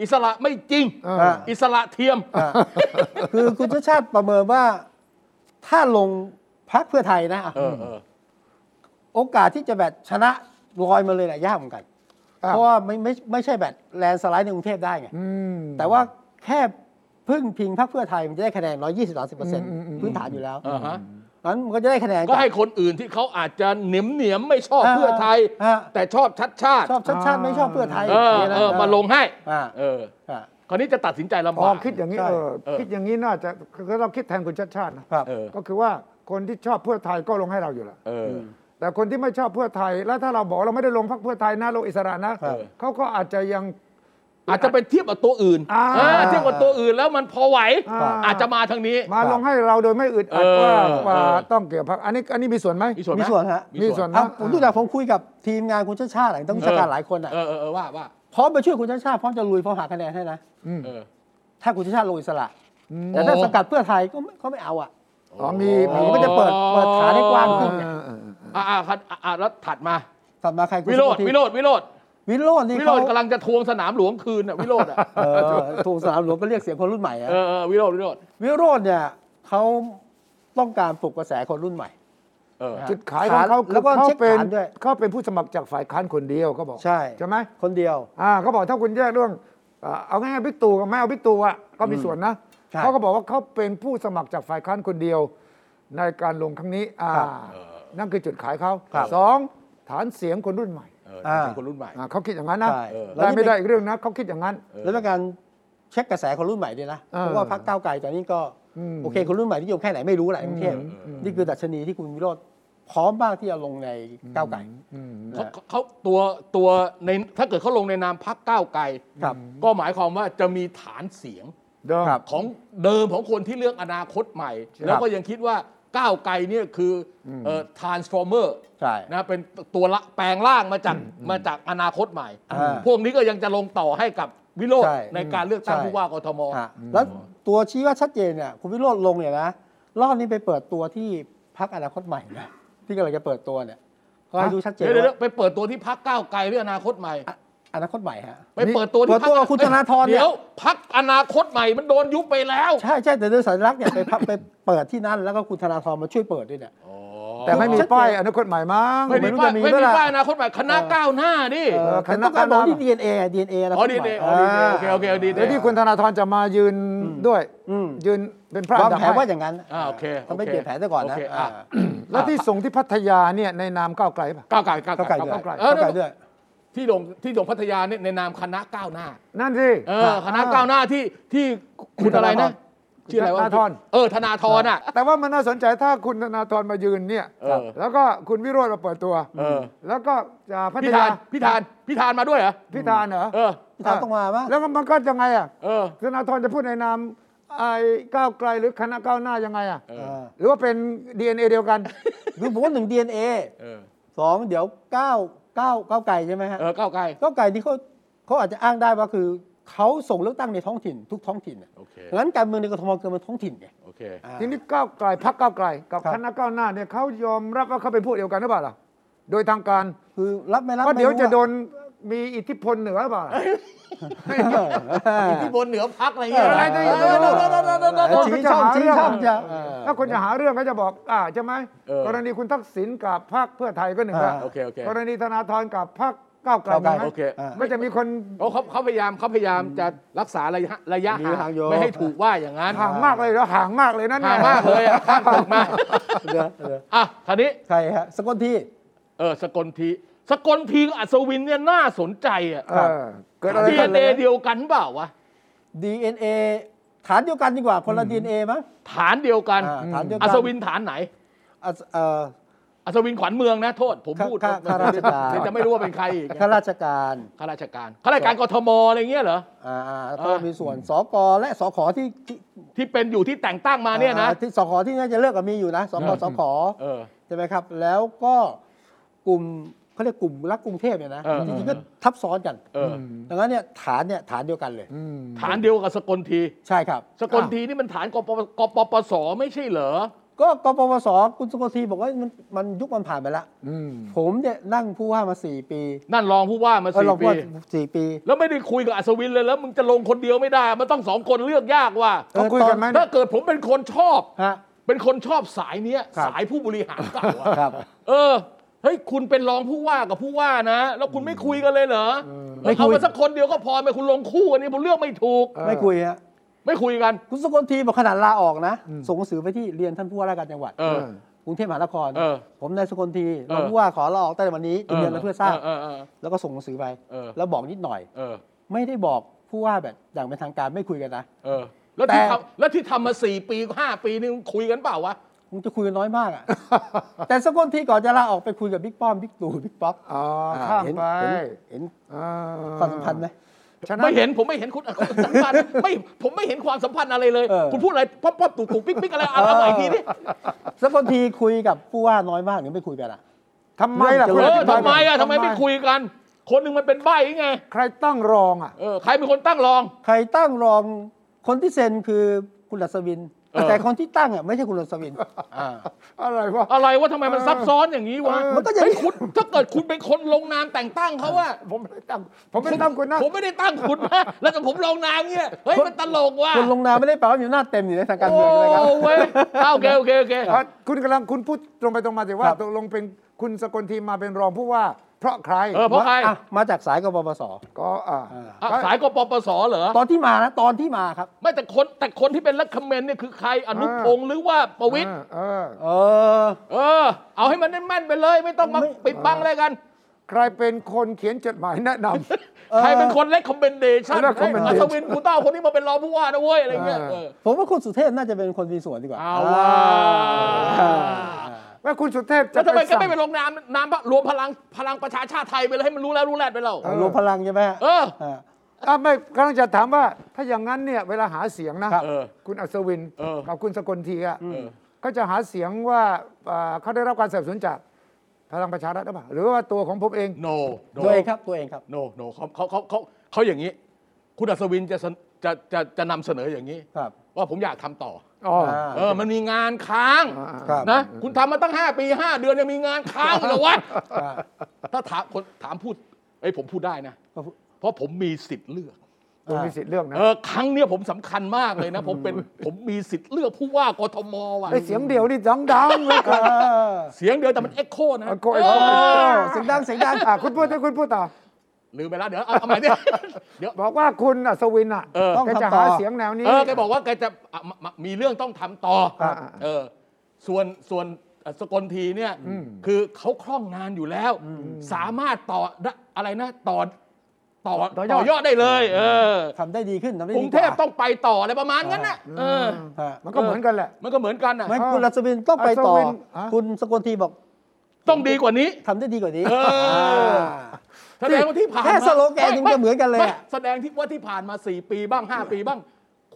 Speaker 2: อิสระไม่จริง
Speaker 3: เออ
Speaker 2: อิสระเทียม
Speaker 1: อ่ะคือคุณชาติชาติประเมินว่าถ้าลงพักเพื่อไทยนะอ่ะ
Speaker 2: เออเออ
Speaker 1: โอกาสที่จะแบบชนะลอยมาเลยแหละยากเหมือนกัน เพราะว่าไม่ไม่ไม่ใช่แบบแลนด์สไลด์ในกรุงเทพได้ไง
Speaker 3: ม
Speaker 1: แต่ว่าแค่พึ่งพิงพรรคเพื่อไทยมันจะได้คะแนน 120-30%พื้นฐานอยู่แล้ว
Speaker 2: อ่าฮะ
Speaker 1: นั้นมันก็จะได้คะแนน
Speaker 2: ก็ให้คนอื่นที่เขาอาจจะเหนียมเหนียมๆไม่ชอบเพื่อไทย
Speaker 1: อ่ะ
Speaker 2: แต่ชอบชัดชาติ
Speaker 1: ชอบชาติชาติไม่ชอบเพื่อไทย
Speaker 2: เออ
Speaker 1: นี่ยนะ
Speaker 2: เออมาลงให้
Speaker 1: อ่ะ
Speaker 2: เออ
Speaker 1: อ่ะ
Speaker 2: คราวนี้จะตัดสินใจ
Speaker 3: อ๋อบ
Speaker 2: ลำาก
Speaker 3: คิดอย่างนี้
Speaker 1: ใช่
Speaker 3: เออ
Speaker 2: เออ
Speaker 3: คิดอย่างนี้น่าจะก็เราคิดแทนคุณชาติชาตินะครับ
Speaker 2: เออ
Speaker 3: ก็คือว่าคนที่ชอบเพื่อไทยก็ลงให้เราอยู่แล้ว
Speaker 2: เออ
Speaker 3: แต่คนที่ไม่ชอบเพื่อไทย แล้วถ้าเราบอกเราไม่ได้ลงพรรคเพื่อไทยนะลงอิสระนะครับ เขาก็อาจจะยัง
Speaker 2: อาจจะไปเทียบกับตัวอื่น
Speaker 3: อ่า
Speaker 2: เออเทียบกับตัวอื่นแล้วมันพอไหว อาจจะมาทางนี้
Speaker 3: มาลงให้เราโดยไม่อึดอัด
Speaker 2: เออ
Speaker 3: ว่าว่า
Speaker 2: เออ
Speaker 3: ต้องเกี่ยวพักอันนี้อันนี้มีส่วนไหม
Speaker 2: มีส่วนไห
Speaker 1: มีส่วนฮะ
Speaker 3: มีส่วน
Speaker 1: เอาผมดูแต่ผมคุยกับทีมงานคุณชาติชาติหลังต้องวิชาการหลายคนอ่ะ
Speaker 2: เออเออเออว่าว่า
Speaker 1: พร้อมไปช่วยคุณชาติชาติพร้อมจะลุยพร้อมหาคะแนนให้นะ
Speaker 2: เออ
Speaker 1: ถ้าคุณชาติชาติลงอิสระ แต่ถ้า
Speaker 2: โอ้
Speaker 1: สกัดเพื่อไทยก็ไม่เขาไม่เอาอ่ะ
Speaker 3: อ๋อมี
Speaker 2: โอ้
Speaker 3: มี
Speaker 1: มันก็จะเปิดเปิดฐานให้กว้างขึ้น
Speaker 3: เอ
Speaker 1: ไง
Speaker 3: อเออเออ
Speaker 2: อ่าอ่าครับอ่าอ่าแล้วถัดมา
Speaker 1: สัปดาห์ใครคุณ
Speaker 2: วิโรด
Speaker 1: สุทธิ
Speaker 2: วิโรดวิโรด
Speaker 1: วิโรจน์นี่
Speaker 2: วิโร
Speaker 1: เขา
Speaker 2: ดกำลังจะทวงสนามหลวงคืนน่ะวิโรดอ่ะ
Speaker 1: เออถูกสนามหลวงก็เรียกเสียงคนรุ่นใหม่อะ
Speaker 2: เออเออวิโรดวิโรด
Speaker 1: วิโรจน์เนี่ยเขาต้องการปลุกกระแสคนรุ่นใหม่
Speaker 2: เออ
Speaker 3: จุดขายของเขาคือ
Speaker 1: แล้วก็
Speaker 3: เขา
Speaker 1: เช็ค
Speaker 3: เป็น
Speaker 1: ฐานด้วย
Speaker 3: เขาเป็นผู้สมัครจากฝ่ายค้านคนเดียวเขาบอก
Speaker 1: ใช่
Speaker 3: ใช่ไหม
Speaker 1: คนเดียว
Speaker 3: อ่าเขาบอกถ้าคุณแยกเรื่องเอ่อเอาง่ายๆบิ๊กตู่กับไม่เอาบิ๊กตู่อ่ะก็มีส่วนนะ
Speaker 1: ใช่
Speaker 3: เขาก็บอกว่าเขาเป็นผู้สมัครจากฝ่ายค้านคนเดียวในการลงครั้งนี้อ่า
Speaker 1: ครับ
Speaker 3: นั่นคือจุดขายเขา
Speaker 1: ครับ
Speaker 3: สองฐานเสียงคนรุ่นใหม่
Speaker 2: เออเป็นคนรุ่นใหม่
Speaker 3: อ่าเขาคิดอย่างนั้นนะ
Speaker 1: ใช่เออ
Speaker 3: ได้ไม่ได้อีกเรื่องนะเขาคิดอย่างนั้น
Speaker 1: แล้วเป็นการเช็คกระแสคนรุ่นใหม่ด้วยนะ
Speaker 3: เออ
Speaker 1: เพราะว่าพรรคก้าวไกลตอนนี้ก็
Speaker 3: อืม
Speaker 1: โอเค คนรุ่นใหม่นิยมแค่ไหนไม่รู้แหละในกรุงเทพนี่คือดัชนีที่คุณวิโรจน์พร้อมมากที่จะลงในก้าวไกล
Speaker 2: เขาเขาตัวตัวในถ้าเกิดเขาลงในนามพักก้าวไกล
Speaker 1: ครับ
Speaker 2: ก็หมายความว่าจะมีฐานเสียง
Speaker 3: เดิม
Speaker 2: ของเดิมของคนที่เลือกอนาคตใหม่ แล้วก็ยังคิดว่าก้าวไกลเนี่ยคือเอ่อ transformer
Speaker 1: ใช่
Speaker 2: นะเป็นตัวละแปลงร่างมาจากมาจากอนาคตใหม่
Speaker 1: อ่า
Speaker 2: พวกนี้ก็ยังจะลงต่อให้กับ วิโรจ
Speaker 1: ใช่
Speaker 2: น์ในการเลือกตั้ง
Speaker 1: ใช่
Speaker 2: ผู้ว่ากทม
Speaker 1: ฮะแล้วตัวชี้ว่าชัดเจนเนี่ยคุณวิโรจน์ลงเนี่ยนะรอบนี้ไปเปิดตัวที่พักอนาคตใหม่นะที่กำลังจะเปิดตัวเนี่ยก็ให้ดูชัดเจน
Speaker 2: เดี๋ยวเดี๋ยวเดี๋ย
Speaker 1: ว่าว
Speaker 2: ไปเปิดตัวที่พักก้าวไกลหรืออนาคตใหม่
Speaker 1: อ่ะอนาคตใหม่ฮะ
Speaker 2: ไปเปิดตัวที่
Speaker 1: เปิดตัว
Speaker 2: พรร
Speaker 1: คุณธนาธรเนี่ย
Speaker 2: เดี๋ยวพักอนาคตใหม่มันโดนยุบไปแล้ว
Speaker 1: ใช่ใช่แต่โดยสัญลักษณ์เนี่ยไปพักไปเปิดที่นั่นแล้วก็คุณธนาธรมาช่วยเปิดด้วยเนี่ย
Speaker 3: แต่ไม่มี
Speaker 1: ชัดเจน
Speaker 3: ป้ายอนาคตใหม่มั้ง
Speaker 2: ไม่มี
Speaker 1: รู้
Speaker 2: ป้าย
Speaker 1: จะมี
Speaker 2: ไม่
Speaker 1: เมื่อ
Speaker 2: มี
Speaker 1: ไหร่
Speaker 2: ป้ายอนาคตใหม่คณะก้าวหน้าดิ
Speaker 1: เออ
Speaker 3: คณะ
Speaker 1: ต้องการบอกที่ DNA DNA นะ
Speaker 2: อ๋อดีเดอ๋อดีเดโอเคโอเคดีเด
Speaker 3: แล้วที่คุณธนาธรจะมายืนด้วย
Speaker 1: อืม
Speaker 3: ยืนเป็นพระ
Speaker 1: วาง
Speaker 3: ดับ
Speaker 1: แผนว่าอย่างนั้น
Speaker 2: อ่าโอเคโอ
Speaker 1: ทำ
Speaker 2: ค
Speaker 1: ไม่เปลี่ยนแผนซะก่อนนะ
Speaker 2: โเค
Speaker 1: อ่า
Speaker 3: แล้วที่ส่งที่พัทยาเนี่ยในนามก้าวไกลป่ะ
Speaker 2: ก้าวไกลก้าวไกล
Speaker 1: ก้าวไกล
Speaker 2: เออ
Speaker 1: เข้าใจด้วย
Speaker 2: ที่ลงที่ลงพัทยาเนี่ยในนามคณะก้าวหน้า
Speaker 3: นั่นสิ
Speaker 2: เออคณะก้าวหน้าที่ที่คุณอะไรนะชื่ออะไรวะ
Speaker 3: ธนาธร
Speaker 2: เออธนาธรอ่ะ
Speaker 3: แต่ว่ามันน่าสนใจถ้าคุณธนาธรมายืนเนี่ย
Speaker 2: เออ
Speaker 3: แล้วก็คุณวิโรจน์มาเปิดตัว
Speaker 2: เออ
Speaker 3: แล้วก็จะพัท
Speaker 2: พี่
Speaker 3: ยา
Speaker 2: ธานพี่ธานพี่ธานมาด้วยเหรอ
Speaker 3: พิธานเหรอ
Speaker 2: เออ
Speaker 1: พี่ถามต้องมาปะ
Speaker 3: แล้วมันก็ยังไงอ่ะ
Speaker 2: เออ
Speaker 3: ธนาธรจะพูดในนามไอ้ก้าวไกลหรือคณะก้าวหน้ายังไงอ่ะ
Speaker 2: เอ
Speaker 1: อ่า
Speaker 3: หรือว่าเป็น DNA เดียวกัน
Speaker 1: คือผมว่าหนึ่ง DNA
Speaker 2: เออ
Speaker 1: สองเดี๋ยวเก้าเก้าเก้าไก่ใช่ไหมฮะ
Speaker 2: เออก้าวไกล
Speaker 1: เก้าไก่นี่เขาเขาอาจจะอ้างได้ว่าคือเขาส่งเลือกตั้งในท้องถิ่นทุกท้องถิ่นน่ะ
Speaker 2: โอเค
Speaker 1: ดังนั้นการเมืองในกทมเกิดมันท้องถิ่นไง
Speaker 2: โอเค
Speaker 1: อ่า
Speaker 3: ทีนี้ก้าวไกลพักก้าวไกล กับ
Speaker 1: ครับ
Speaker 3: คณะก้าวหน้าเนี่ยเขายอมรับว่าเขาเป็นพวกเดียวกันหรือเปล่าล่ะโดยทางการ
Speaker 1: คือรับไม่รับ
Speaker 3: เพราะเดี๋ยว
Speaker 1: ไม่
Speaker 3: จะ
Speaker 1: รู้อ
Speaker 3: โดนมีอิทธิพลเหนือหรือเปล่าล่ะ
Speaker 2: อิทธิพลเหนือพักอะไรเงี้ย
Speaker 3: เอออะไรจะ
Speaker 2: ได้
Speaker 3: อยู่
Speaker 2: เออเออเออเออเออเออ
Speaker 1: เออชี้ช่องชี้ช่องจะเออ
Speaker 3: ถ้าคนจะหาเรื่องก็จะบอกอ่าใช่ไหม
Speaker 2: เออ
Speaker 3: กรณีคุณทักษิณกับพรรคเพื่อไทยก็หนึ่งละ
Speaker 1: อ่า
Speaker 2: โอเคโอเค
Speaker 3: กรณีธนาธรกับพรรคก้าวไกล
Speaker 1: ก้าวไกล
Speaker 3: หนึ่งละ
Speaker 2: โอเค
Speaker 1: อ่า
Speaker 3: ก็จะมีคน
Speaker 2: โอ้เขาเขาพยายามเขาพยายามจะรักษาระยะระยะ
Speaker 1: มีทางโยง
Speaker 2: ไม่ให้ถูกว่าอย่างนั้น
Speaker 3: ห่างมากเลยแล้วห่างมากเลยนั่น
Speaker 2: ห่างมากเลยอะข้ามตึกมา
Speaker 1: เดี๋ยวเดี๋ยว
Speaker 2: อ่ะคราวนี้
Speaker 1: ใครฮะสกลที่
Speaker 2: เออสกลทีสกลทีกับอัศวินเนี่ยน่าสนใจอ่ะ
Speaker 3: เออเกิดอะไร
Speaker 2: ดี
Speaker 3: ขึ้น
Speaker 2: เ
Speaker 3: เลย
Speaker 2: เดียวกันเปล่าวะ
Speaker 1: DNA ฐานเดียวกันดีกว่าคนละ DNA มั้ง
Speaker 2: ฐานเดียวกัน
Speaker 1: อ่าฐานเดียวกั
Speaker 2: อัศวินฐานไหน
Speaker 1: อัศเอ่อ
Speaker 2: อัศวินขวัญเมืองนะโทษ ผมพูด
Speaker 1: ข้าข้าราชการ
Speaker 2: เดี๋ยวจะไม่รู้ว่าเป็นใครอีกไง
Speaker 1: ข้าราชการ
Speaker 2: ข้าราชการข้าราชการกทมอะไรเงี้ยเหรอ
Speaker 1: อ่าอ่าแล้วก็
Speaker 2: อ่ามี
Speaker 1: มีส่วนสกและสขที่ที่
Speaker 2: ที่เป็นอยู่ที่แต่งตั้งมาเนี่ยนะ
Speaker 1: อ่าที่สขที่น่าจะเลิกกับมีอยู่นะสข
Speaker 2: เออ
Speaker 1: สข
Speaker 2: เออ
Speaker 1: ใช่ไหมครับ แล้วก็กลุ่มเขาเรียกกลุ่มรักกรุงเทพเนี่ยนะ
Speaker 2: เออ
Speaker 1: จริงๆก็ทับซ้อนกัน
Speaker 2: เอออ
Speaker 1: ดังนั้นเนี่ยฐานเนี่ยฐานเดียวกันเลย
Speaker 2: ฐานเดียวกับสกลที
Speaker 1: ใช่ครับ
Speaker 2: สกลทีนี่มันฐานกปปกปปสไม่ใช่เหรอ
Speaker 1: ก็กปปสคุณสุกลทีบอกว่ามันมันยุคมันผ่านไปแล้วผมเนี่ยนั่งผู้ว่ามาสี่ปี
Speaker 2: นั่นรองผู้ว่ามา
Speaker 1: เออ
Speaker 2: สี่
Speaker 1: เราผู้
Speaker 2: ปี
Speaker 1: ว่าสี่ปี
Speaker 2: แล้วไม่ได้คุยกับอัศวินเลยแล้วมึงจะลงคนเดียวไม่ได้ มันต้องสองคนเลือกยากว่า
Speaker 3: เขาคุยกันไหม
Speaker 2: ถ้าเกิดผมเป็นคนชอบ
Speaker 1: ฮะ
Speaker 2: เป็นคนชอบสายเนี้ย
Speaker 1: ครับ
Speaker 2: สายผู้บริหารเก่าอะ
Speaker 1: ครับ
Speaker 2: เออเฮ้ยคุณเป็นรองผู้ว่ากับผู้ว่านะ แล้วคุณไม่คุยกันเลยเหรอเอ
Speaker 1: ไม่
Speaker 2: อ
Speaker 1: คุ
Speaker 2: เอา
Speaker 1: ย
Speaker 2: มาสักคนเดียวก็พอไปคุณลงคู่อันนี้ผมเลือกไม่ถูก
Speaker 3: เออ
Speaker 1: ไม่คุยฮะ
Speaker 2: ไม่คุยกัน
Speaker 1: คุณสุกลทีบอกขนาดลาออกนะ ส่งหนังสือไปที่เรียนท่านผู้ว่าราชการจังหวัด
Speaker 2: เออ
Speaker 1: กรุงเทพมหานคร
Speaker 2: เออ
Speaker 1: ผมนายสุกลที
Speaker 2: เอ
Speaker 1: รอ
Speaker 2: อ
Speaker 1: งผู้ว่าขอลาออกตั้งแต่วันนี้จะเรียนเพื่อทราบ
Speaker 2: เออเออ
Speaker 1: แล้วก็ส่งหนังสือไป
Speaker 2: เออ
Speaker 1: แล้วบอกนิดหน่อย
Speaker 2: เออ
Speaker 1: ไม่ได้บอกผู้ว่าแบบอย่างเป็นทางการไม่คุยกันนะ
Speaker 2: เออ แล้วที่
Speaker 1: แต่
Speaker 2: ทำแล้วที่ทำมาสี่ปีห้าปีนี่มึงคุยกันเปล่าวะ
Speaker 1: คงจะคุยกันน้อยมากอะ แต่สักคนที่ก่อนจะลาออกไปคุยกับบิ๊กป้อมบิ๊กตู่บิ๊กป๊อก
Speaker 3: อ๋อข้าม
Speaker 1: เห็น
Speaker 3: ไป
Speaker 1: เห็นเห็น
Speaker 3: อ่
Speaker 1: ความสัมพันธ์ไหม
Speaker 3: ฉะนั้
Speaker 2: ไม่
Speaker 3: น
Speaker 2: เห็นผมไม่เห็นคุณคุณสัมพันธ์ ไม่ผมไม่เห็นความสัมพันธ์อะไรเลย
Speaker 1: เออ
Speaker 2: คุณพูดอะไรป๊อปป๊อปตู่ตู่ปิ๊กปิ๊กอะไรเอาเอาใหม่อีกทีนี่
Speaker 1: สักคนที่คุยกับผู้ว่าน้อยมากหรือไม่คุยกันอะ
Speaker 3: ทำไมล่ะ
Speaker 1: เออ
Speaker 3: คุณ
Speaker 2: เออ
Speaker 3: ธิ
Speaker 2: ทำ
Speaker 3: บาย
Speaker 2: ไมอ่ะทำไมไม่คุยกัน คนหนึ่งมันเป็นใบ้ไง
Speaker 3: ใครตั้งรองอ่ะ
Speaker 2: เออใครเป็นคนตั้งรอง
Speaker 1: ใครตั้งรองคนที่เซ็นคือคุณรัศวิน
Speaker 2: เออ
Speaker 1: แต่คนที่ตั้งอ่ะไม่ใช่คุณรัศวิน
Speaker 3: อะไรวะ
Speaker 2: อะไรวะทำไมมันซับซ้อนอย่างนี้วะ
Speaker 3: เออ
Speaker 1: มันก็จะ
Speaker 2: เฮ้ยคุณถ้าเกิดคุณเป็นคนลงนามแต่งตั้งเขาอะ
Speaker 3: ผมไม่ได้ตั้ง ผมไม่ได้ตั้งคุณนะ
Speaker 2: ผมไม่ได้ตั้งคุณนะแล้วแต่ผมลงนามเนี่ยเฮ้ยมันตลกว่ะ
Speaker 1: คนลงนามไม่ได้แปลว่ามีอำนาจเต็มอยู่ในทางการเมืองใช่ไหมครับ
Speaker 2: โอ้เว้ยเอาโอเคโอเคโอเค
Speaker 3: เพราะคุณกำลังคุณพูดตรงไปตรงมาแต่ว่า
Speaker 1: ครับ
Speaker 3: ตกลงเป็นคุณสกลทีมาเป็นรองผู้ว่า เพราะใคร
Speaker 2: เออเพราะใคร
Speaker 1: อ่ะมาจากสายกบปส
Speaker 3: ก็อ่า
Speaker 2: อ่ะสายกปปสเหรอ
Speaker 1: ตอนที่มานะตอนที่มาครับ
Speaker 2: ไม่แต่คนแต่คนที่เป็นรักคอมเมนต์เนี่ยคือใครอนุพงษ์หรือว่าประวิตร
Speaker 3: เออ
Speaker 1: เออ
Speaker 2: เออ เอาให้มันแม่นๆไปเลยไม่ต้องมา
Speaker 1: ไม่
Speaker 2: ปิดบังอะไรกัน
Speaker 3: ใครเป็นคนเขียนจดหมายแนะน
Speaker 2: ใครเป็นคนเล็กคอมเบนเดชั่น
Speaker 3: เล็ก
Speaker 2: เฮ้ย
Speaker 3: recommendation
Speaker 2: อัศวินกูเต้าคนนี้มาเป็นรองผู้ว่านะเว้ยอะไรเงี้ย
Speaker 3: เออ
Speaker 2: เออ
Speaker 1: ผมว่าคุณสุเทพน่าจะเป็นคนมีส่วนดีกว่า
Speaker 2: เอาว่า
Speaker 1: อ่า
Speaker 3: ำว่าคุณสุเทพ
Speaker 2: แล้ว
Speaker 3: จะ
Speaker 2: ทำไมก็
Speaker 3: สั่ง
Speaker 2: ไม่ไปลงนามนามพรรครวมพลังพลังประชาชาติไทยไปเลยให้มันรู้แล้วรู้แลดไปเรา
Speaker 3: เออ
Speaker 1: รวมพลังใช่ไหมฮะ
Speaker 2: เออ
Speaker 1: อ่า
Speaker 3: อ่ะไม่กำลังจะถามว่า ถ้าอย่างนั้นเนี่ยเวลาหาเสียงนะครับ
Speaker 2: เออ
Speaker 3: คุณอัศวิน
Speaker 2: เออ
Speaker 3: กับคุณสกลทีอ่ะ
Speaker 2: เออ
Speaker 3: ก็จะหาเสียงว่าอ่าเขาได้รับการสนับสนุนจากพลังประชารัฐหรือเปล่าหรือว่าตัวของผมเอง
Speaker 2: no no
Speaker 1: ตัวเองครับตัวเองครับ
Speaker 2: no no เขาเขาเขาเขาเขาอย่างนี้ คุณอัศวินจะเสนจะจะจะนำเสนออย่างนี้
Speaker 1: ครับ
Speaker 2: ว่าผมอยากทำต่อ
Speaker 3: อ๋ออา
Speaker 2: เออ มันมีงานค้าง
Speaker 3: อ่าอ่า
Speaker 1: ครับ
Speaker 2: นะ คุณทำมาตั้ง 5 ปี 5 เดือนยังมีงานค้างอยู่เหรอวะ
Speaker 1: อ่า
Speaker 2: ถ้าถามคนถามพูดไอ้ยผมพูดได้นะ
Speaker 1: ก็
Speaker 2: เพราะผมมีสิทธิ์เลือก
Speaker 3: คุณมีสิทธิ์เลือกนะ
Speaker 2: เออ ครั้งเนี้ยผมสำคัญมากเลยนะ ผมเป็นผมมีสิทธิ์เลือกผู้ว่ากทมว่ะ
Speaker 4: ไอ้เสียงเดียวนี่ดังดังๆเลยครับ
Speaker 2: เสียงเดียวแต่มันเอ็กโคนะ
Speaker 3: โอ้ยโอ้ย
Speaker 4: โอ้เสียงดังเสียงดัง
Speaker 3: อ่ะคุณพูดให้คุณพูดต่อ
Speaker 2: ลืมไปแล้วเดี๋ยวเอาเอาใหม่ดิ เดี๋ยว
Speaker 3: บอกว่าคุณอัศวินอ่ะ
Speaker 2: เออ
Speaker 3: แกจะ
Speaker 1: ต้องทำต่อ
Speaker 3: หาเสียงแนวนี้
Speaker 2: เออแกบอกว่าแกจะอ่ะมะมะมีเรื่องต้องทำต่อ
Speaker 3: ครับ
Speaker 2: เออ ส่วนส่วนอ่ะสกลทีเนี่ยคือเขาคล่องงานอยู่แล้ว สามารถต่อได้อะไรนะต่อต่อ
Speaker 3: ต่อยอด
Speaker 2: ต่อยอดได้เลย เออ
Speaker 1: ทำได้ดีขึ้นทำได้
Speaker 2: ก
Speaker 1: ดี
Speaker 2: รุง
Speaker 1: ว่า
Speaker 2: เทพต้องไปต่ออะไรประมาณนั้นน่ะเออ
Speaker 1: ฮะ
Speaker 3: มันก็เหมือนกันแหละ
Speaker 2: มันก็เหมือนกันน่ะ
Speaker 1: ไม่คุณรัศวินต้องไปต่อ
Speaker 3: อัศวินฮะ
Speaker 1: คุณสกลทีบอก
Speaker 2: ต้องดีกว่านี้
Speaker 1: ทำได้ดีกว่านี้
Speaker 2: เออ
Speaker 1: า
Speaker 2: อ่แสดงว่าที่ผ่าน
Speaker 1: แค่
Speaker 2: มา
Speaker 1: สโลแกนยัง
Speaker 2: ไ
Speaker 1: จะเหมือนกันเลยอะ
Speaker 2: ไแสดงที่ว่าที่ผ่านมา 4 ปีบ้าง 5 ปีบ้าง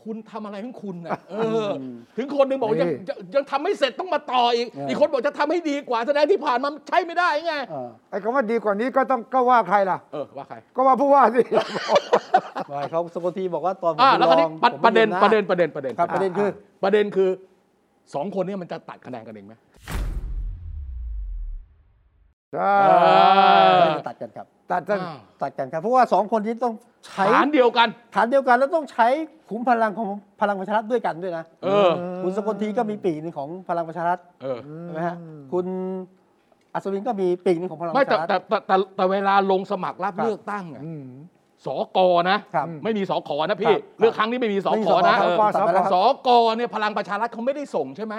Speaker 2: คุณทำอะไรของคุณน่ะเอออ ถึงคนหนึ่งบอกว่ายัง
Speaker 3: นี่
Speaker 2: ยังยังทำไม่เสร็จต้องมาต่ออีก อีกคนบอกจะทำให้ดีกว่า แสดงที่ผ่านมามันใช่ไม่ได้ไง
Speaker 1: เออ
Speaker 3: ไอ้คำว่าดีกว่านี้ก็ต้องก็ว่าใครล่ะ
Speaker 2: เออ ว่าใคร
Speaker 3: ก็ว่าผู้ว่าสิ
Speaker 1: ไม่เขาสกลทีบอกว่าตอนผม
Speaker 2: อ่าแล้วคราวนี้
Speaker 1: ไปลองผม
Speaker 2: ประเด็น
Speaker 1: ไม่
Speaker 2: ประเด็น
Speaker 1: ห็หา
Speaker 2: ประเด็นประเด็น
Speaker 1: ครับประเด็นคือ
Speaker 2: ประเด็นคือสองคนเนี้มันจะตัดคะแนนกันเองไหม
Speaker 3: ใช่
Speaker 2: า
Speaker 1: ตัดกันครับ
Speaker 3: ตัดซะ
Speaker 2: อ้าว
Speaker 1: ตัดกันครับ เพราะว่าสองคนนี้ต้องใช้
Speaker 2: ฐานเดียวกัน
Speaker 1: ฐานเดียวกันแล้วต้องใช้ขุมพลังของพลังประชารัฐด้วยกันด้วยนะ
Speaker 2: เออ
Speaker 1: คุณสกลทีก็มีปีกหนึ่งของพลังประชารัฐ
Speaker 2: เออ
Speaker 1: ใช่ไหมฮะคุณอัศวินก็มีปีกหนึ่งของพลังป
Speaker 2: ไม่
Speaker 1: ระ
Speaker 2: แต่
Speaker 1: ชารัฐ
Speaker 2: แต่แต่แต่แต่เวลาลงสมัครรับเลือกตั้งอะสกนะ
Speaker 1: ครับ
Speaker 2: ไม่มีสก
Speaker 1: ค
Speaker 2: นะ
Speaker 1: รั
Speaker 2: พี่
Speaker 1: บ
Speaker 2: เลือกครั้งนี้ไม่มีส
Speaker 1: ไม่มี
Speaker 2: ก
Speaker 1: สก
Speaker 2: นะ
Speaker 1: ส
Speaker 2: เอก อ
Speaker 1: สกนะครับ
Speaker 2: สกเนี่ยพลังประชารัฐเขาไม่ได้ส่งใช่ไหม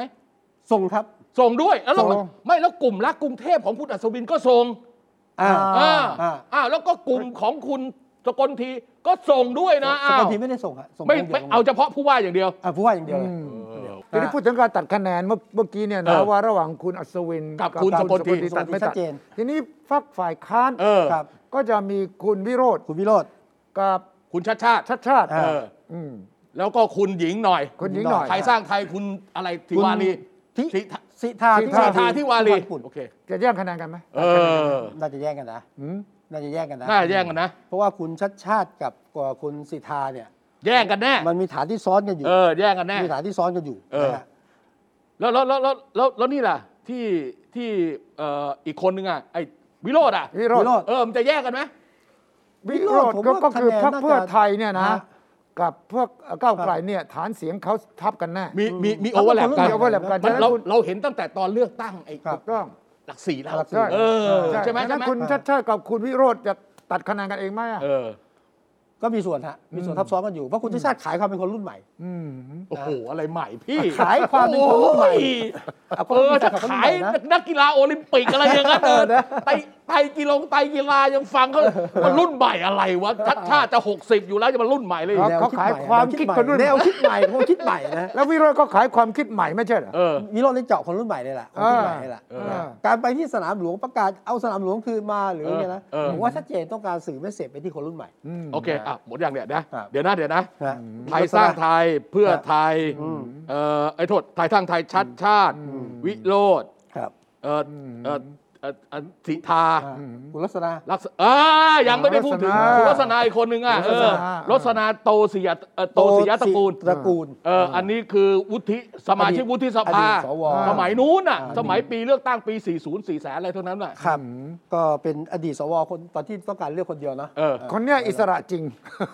Speaker 1: ส่งครับ
Speaker 2: ส่งด้วยแล้วเรา
Speaker 3: ส่ง
Speaker 2: ไม่แล้วกลุ่มรักกรุงเทพของคุณอัศวินก็ส่ง
Speaker 1: อ่า
Speaker 2: อ่า
Speaker 1: อ่า
Speaker 2: อ้าวแล้วก็กลุ่มของคุณสกลทีก็ส่งด้วยนะ
Speaker 1: ส
Speaker 2: อ้าก ว
Speaker 1: ลทีไม่ได้ส่งฮะส่ง
Speaker 2: ไม่
Speaker 1: คนดียว
Speaker 2: ไม่เอาเฉพาะผู้ว่าอย่างเดียว
Speaker 1: อ่ะผู้ว่าอย่างเดียวเลย
Speaker 3: ทีนี้พูดถึงการตัดคะแนนเมื่อเมื่อกี้เนี่ย
Speaker 2: เอ
Speaker 3: นะ
Speaker 2: อ
Speaker 3: ว่าระหว่างคุณอัศวิน
Speaker 2: กับคุณสกลที
Speaker 1: สกลที
Speaker 3: ตัดไม่
Speaker 1: ชั
Speaker 3: ตั
Speaker 1: ด
Speaker 3: ด
Speaker 1: เจน
Speaker 3: ทีนี้ฝักฝ่ายค้าน
Speaker 2: เออ
Speaker 1: ครับ
Speaker 3: ก็จะมีคุณวิโรธ
Speaker 1: คุณวิโรธ
Speaker 3: กับ
Speaker 2: คุณชาติชาติ
Speaker 3: ชัดชาติ
Speaker 1: อ่า
Speaker 2: เออ
Speaker 3: ม
Speaker 2: แล้วก็คุณหญิงหน่อย
Speaker 3: คนหญิงหน่อย
Speaker 2: ไทยสร้างไทยคุณอะไรทิวารี
Speaker 1: ทิ
Speaker 2: ทิ
Speaker 1: สิทา
Speaker 3: สิ
Speaker 2: ทิทาทิวารี
Speaker 1: ญี่ปุ่น
Speaker 2: โอเค
Speaker 3: จะแย่งคะแนนกันไหม
Speaker 2: เออ
Speaker 1: น่าจะแย่งกันนะ
Speaker 3: หืม
Speaker 1: น่าจะแย่งกันนะ
Speaker 2: น่าแย่งกันนะ
Speaker 1: เพราะว่าคุณชัดชาติกับกับคุณสิทธาเนี่ย
Speaker 2: แย่งกันแน่
Speaker 1: มันมีฐานที่ซ้อนกันอยู่
Speaker 2: เออ แย่งกันแน่
Speaker 1: มีฐานที่ซ้อนกันอยู่
Speaker 2: เออ
Speaker 1: นะฮะ
Speaker 2: แล้วแล้วแล้วแล้วแล้วแล้วนี่ล่ะ ที่ที่เอ่ออีกคนนึงอ่ะไอ้วิโรดอ่ะ
Speaker 3: วิโร
Speaker 1: วิโร
Speaker 3: ธ
Speaker 1: ธ
Speaker 2: เออ มันจะแยกกันไหม
Speaker 3: วิโรธ
Speaker 1: ผ
Speaker 3: ก็
Speaker 1: มว่า
Speaker 3: ก็คือพรรค
Speaker 1: คะแนนน่าจะ
Speaker 3: เพื่อไทยเนี่ยนะ
Speaker 1: ฮะ
Speaker 3: กับพวกก้าวไกลเนี่ยฐานเสียงเขาทับกันแน่
Speaker 2: มีมีมี
Speaker 1: ทั้
Speaker 2: โอง เวอร์แลป
Speaker 1: คน
Speaker 2: กัน
Speaker 1: เดียว overlap กัน
Speaker 2: มัน
Speaker 3: ฉะนั้น
Speaker 2: เรา
Speaker 3: คุณ
Speaker 2: เราเห็นตั้งแต่ตอนเลือกตั้งไอ้
Speaker 1: ครับ
Speaker 3: ถูกต้อง
Speaker 2: หลักสี่แล้ว
Speaker 1: หลักสี่
Speaker 2: เออ
Speaker 3: ใช่
Speaker 2: ใช่ไหม
Speaker 3: ฉะ
Speaker 2: ใช่
Speaker 3: นั้น
Speaker 2: ไหม
Speaker 3: คุณชัดชาติกับคุณวิโรธจะตัดคะแนนกันเองไหมอ่ะ
Speaker 2: เออ
Speaker 1: ก็มีส่วนฮะ มีส่วนทับซ้อนกันอยู่ เพราะคุณชัดชาติขายความเป็นคนรุ่นใหม่
Speaker 3: ม
Speaker 2: โอ้โห อะไรใหม่พี่
Speaker 1: ขายความเป็นคนรุ่นใหม่
Speaker 2: โอ้ย
Speaker 1: เอาคน
Speaker 2: เอ
Speaker 1: รุ่น
Speaker 2: อ
Speaker 1: ใหม่
Speaker 2: ถ้า
Speaker 1: กับคนรุ่น
Speaker 2: ขา
Speaker 1: ให
Speaker 2: ย
Speaker 1: ม่นะ
Speaker 2: นักกีฬาโอลิมปิกอะไรอย่างนั้นเออไตไตกีฬาไตกีฬายังฟังเขามันรุ่นใหม่อะไรวะชัดชาติจะ 60 อยู่แล้วจะมารุ่นใหม่เลย
Speaker 3: เขา
Speaker 1: แนว
Speaker 3: เขา
Speaker 1: คิด
Speaker 3: ขาย
Speaker 1: ใหม่
Speaker 3: ความคิด
Speaker 1: แนวคิ
Speaker 3: ค
Speaker 1: ด
Speaker 3: น
Speaker 1: ใหม่แนวคิดใหม่ค
Speaker 3: รุ่น
Speaker 1: นคิดใหม่นะ
Speaker 3: แล้ววิโรธก็ขายความคิดใหม่ไม่ใช่เหรอ
Speaker 2: เออ
Speaker 1: วิโรจน์นี่เจาะคนรุ่นใหม่เลยล่ะคนรุ่นใหม่เลยล่ะ
Speaker 2: เออ
Speaker 1: นะการไปที่สนามหลวงประกาศเอาสนามหลวงคืนมาหรือไงนะ
Speaker 2: เออเออ
Speaker 1: ผมว่าชัดเจนต้องการสื่อไม่เสพไปที่คนรุ่นใหม่
Speaker 2: โอเค อ่ะ หมดอย่างเนี่ยนะ
Speaker 1: ครับ
Speaker 2: เดี๋ยวนะ เดี๋ยวนะ
Speaker 1: นะ
Speaker 2: ไทยสร้างไทยเพื่อไทย เอ่อไอ้โทษ ไทยสร้างไทยชัดชาติ วิโรธ
Speaker 1: ครับ
Speaker 2: เอ่อเอ่อเอ่อเอ่อสิทธา
Speaker 1: อ่าคุณลักษณะ
Speaker 2: ลักษอ่ายังไม่ได้พูดถึงคุณ
Speaker 3: ลักษณะ
Speaker 2: ลักษณะอีกคนหนึ่งอ่ะเออลักษณะโตสิยะเอ่อโตสิยะตระกูล
Speaker 1: ตระกูล
Speaker 2: เอออันนี้คือวุฒิสมาชิกวุฒิส
Speaker 1: อ
Speaker 2: ภา
Speaker 1: ดีตสว
Speaker 2: สมัยนู้นน่ะ
Speaker 1: อ่า
Speaker 2: สมัยปีเลือกตั้งปี 40 4แสนอะไรเท่านั้นน่ะ
Speaker 1: ครับ
Speaker 3: อืม
Speaker 1: ก็เป็นอดีตสวคนตอนที่ต้องการเลือกคนเดียวนะ
Speaker 2: เออ
Speaker 3: คนเนี้ยอิสระจริง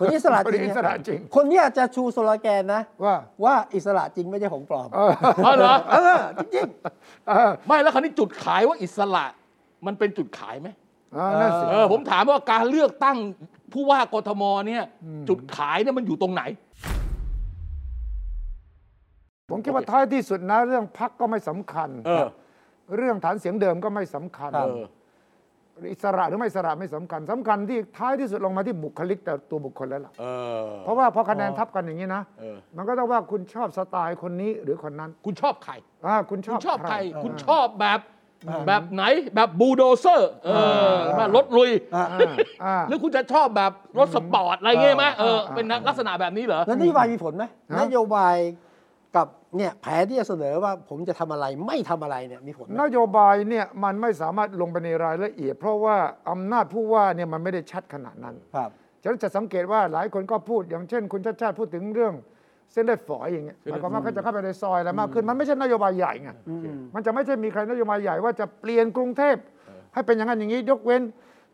Speaker 1: คนนี้อิสระจริง
Speaker 3: คนนี้อิ
Speaker 1: นะ
Speaker 3: สระจริง
Speaker 1: คนเนี้จะชูสโลแกนนะ
Speaker 3: ว่า
Speaker 1: ว่าอิสระจริงไม่ใช่ของปลอม
Speaker 3: เออ
Speaker 2: อ๋อเหรอ
Speaker 1: เออจริง
Speaker 3: เออ
Speaker 2: ไม่แล้วคราวนี้จุดขายว่าอิสระ มันเป็นจุดขายไหม
Speaker 3: อ่านั่นสิ
Speaker 2: เออผมถามว่าการเลือกตั้งผู้ว่ากทมเนี่ยจุดขายเนี่ยมันอยู่ตรงไหน
Speaker 3: ผมคิดว่าท้ายที่สุดนะเรื่องพักก็ไม่สำคัญ
Speaker 2: เออ
Speaker 3: เรื่องฐานเสียงเดิมก็ไม่สำคัญ
Speaker 2: เออ
Speaker 3: อิสระหรือไม่อิสระไม่สำคัญสำคัญที่ท้ายที่สุดลงมาที่บุคลิกแต่ตัวบุคคลแล้วล่ะ
Speaker 2: เออ
Speaker 3: เพราะว่าพอคะแนนทับกันอย่างนี้นะ
Speaker 2: เออ
Speaker 3: มันก็ต้องว่าคุณชอบสไตล์คนนี้หรือคนนั้น
Speaker 2: คุณชอบใคร
Speaker 3: อ่าคุณช
Speaker 2: คุ
Speaker 3: อ
Speaker 2: ณ
Speaker 3: บ
Speaker 2: ชอบใคร
Speaker 3: เออ
Speaker 2: คุณชอบแบบแบบไหนแบบบูลโดเซอร์ เออมารถลุย
Speaker 1: ๆอ่ะ
Speaker 3: อ่า
Speaker 2: หรือคุณจะชอบแบบรถสปอร์ตอะไรเงี้ยไหมเออ
Speaker 3: เออ
Speaker 2: เป็นลักษณะแบบนี้เหรอ
Speaker 1: แล้วนโยบายมีผลไหม
Speaker 3: ฮะ
Speaker 1: นโยบายกับเนี่ยแผนที่จะเสนอว่าผมจะทำอะไรไม่ทำอะไรเนี่ยมีผลไหม
Speaker 3: นโยบายเนี่ยมันไม่สามารถลงไปในรายละเอียด เพราะว่าอำนาจผู้ว่าเนี่ยมันไม่ได้ชัดขนาดนั้น
Speaker 1: ครับ
Speaker 3: ฉะนั้นจะสังเกตว่าหลายคนก็พูดอย่างเช่น คุณชาติชาติพูดถึงเรื่องเส้นเลือดฝอยอย่างเงี้ยหมายความว่าเขาจะเข้าไปในซอยอะไรมากขึ้น มันไม่ใช่นโยบายใหญ่ไง มันจะไม่ใช่มีใครนโยบายใหญ่ว่าจะเปลี่ยนกรุงเทพให้เป็นอย่างนั้นอย่างนี้ ยกเว้น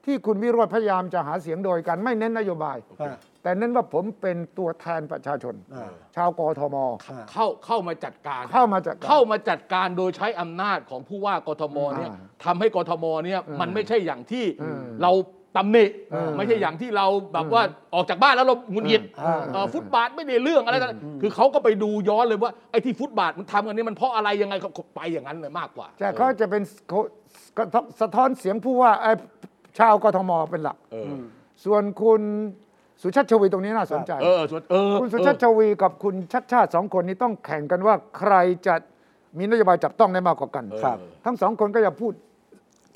Speaker 3: ที่คุณวิโรธพยายามจะหาเสียงโดยการไม่เน้นนโยบาย
Speaker 1: อ่า
Speaker 3: แต่เน้นว่าผมเป็นตัวแทนประชาชน
Speaker 1: อ่า
Speaker 3: ชาวกทม
Speaker 1: อ่า
Speaker 2: เข้าเข้ามาจัดการ
Speaker 3: เข้ามาจาก
Speaker 2: เข้ามาจัดการโดยใช้อำนาจของผู้ว่ากทมเนี่ย
Speaker 3: อ่า
Speaker 2: ทำให้กทมเนี่ยมันไม่ใช่อย่างที่
Speaker 3: อืม
Speaker 2: เราตำหนิ
Speaker 3: อืม
Speaker 2: ไม่ใช่อย่างที่เราแบบว่าออกจากบ้านแล้วเราหงุดหงิด
Speaker 1: อ่า
Speaker 2: เอ่อฟุตบาทไม่ได้เรื่องอะไรกันคือเขาก็ไปดูย้อนเลยว่าไอ้ที่ฟุตบาทมันทำกันนี่มันเพราะอะไรยังไงเขาไปอย่างนั้นเลยมากกว่า
Speaker 3: แต่เขาจะเป็นโคกระทบสะท้อนเสียงผู้ว่าเอ่อชาวกทมเป็นหลัก
Speaker 2: เออ
Speaker 3: ส่วนคุณสุชาติชวีตรงนี้น่าสนใจ
Speaker 2: เออส่วนเออ
Speaker 3: คุณสุชาติชวีกับคุณชัดชาติสองคนนี้ต้องแข่งกันว่าใครจะมีนโยบายจับต้องได้มากกว่ากัน
Speaker 1: ครับ
Speaker 3: ทั้งสองคนก็อย่าพูด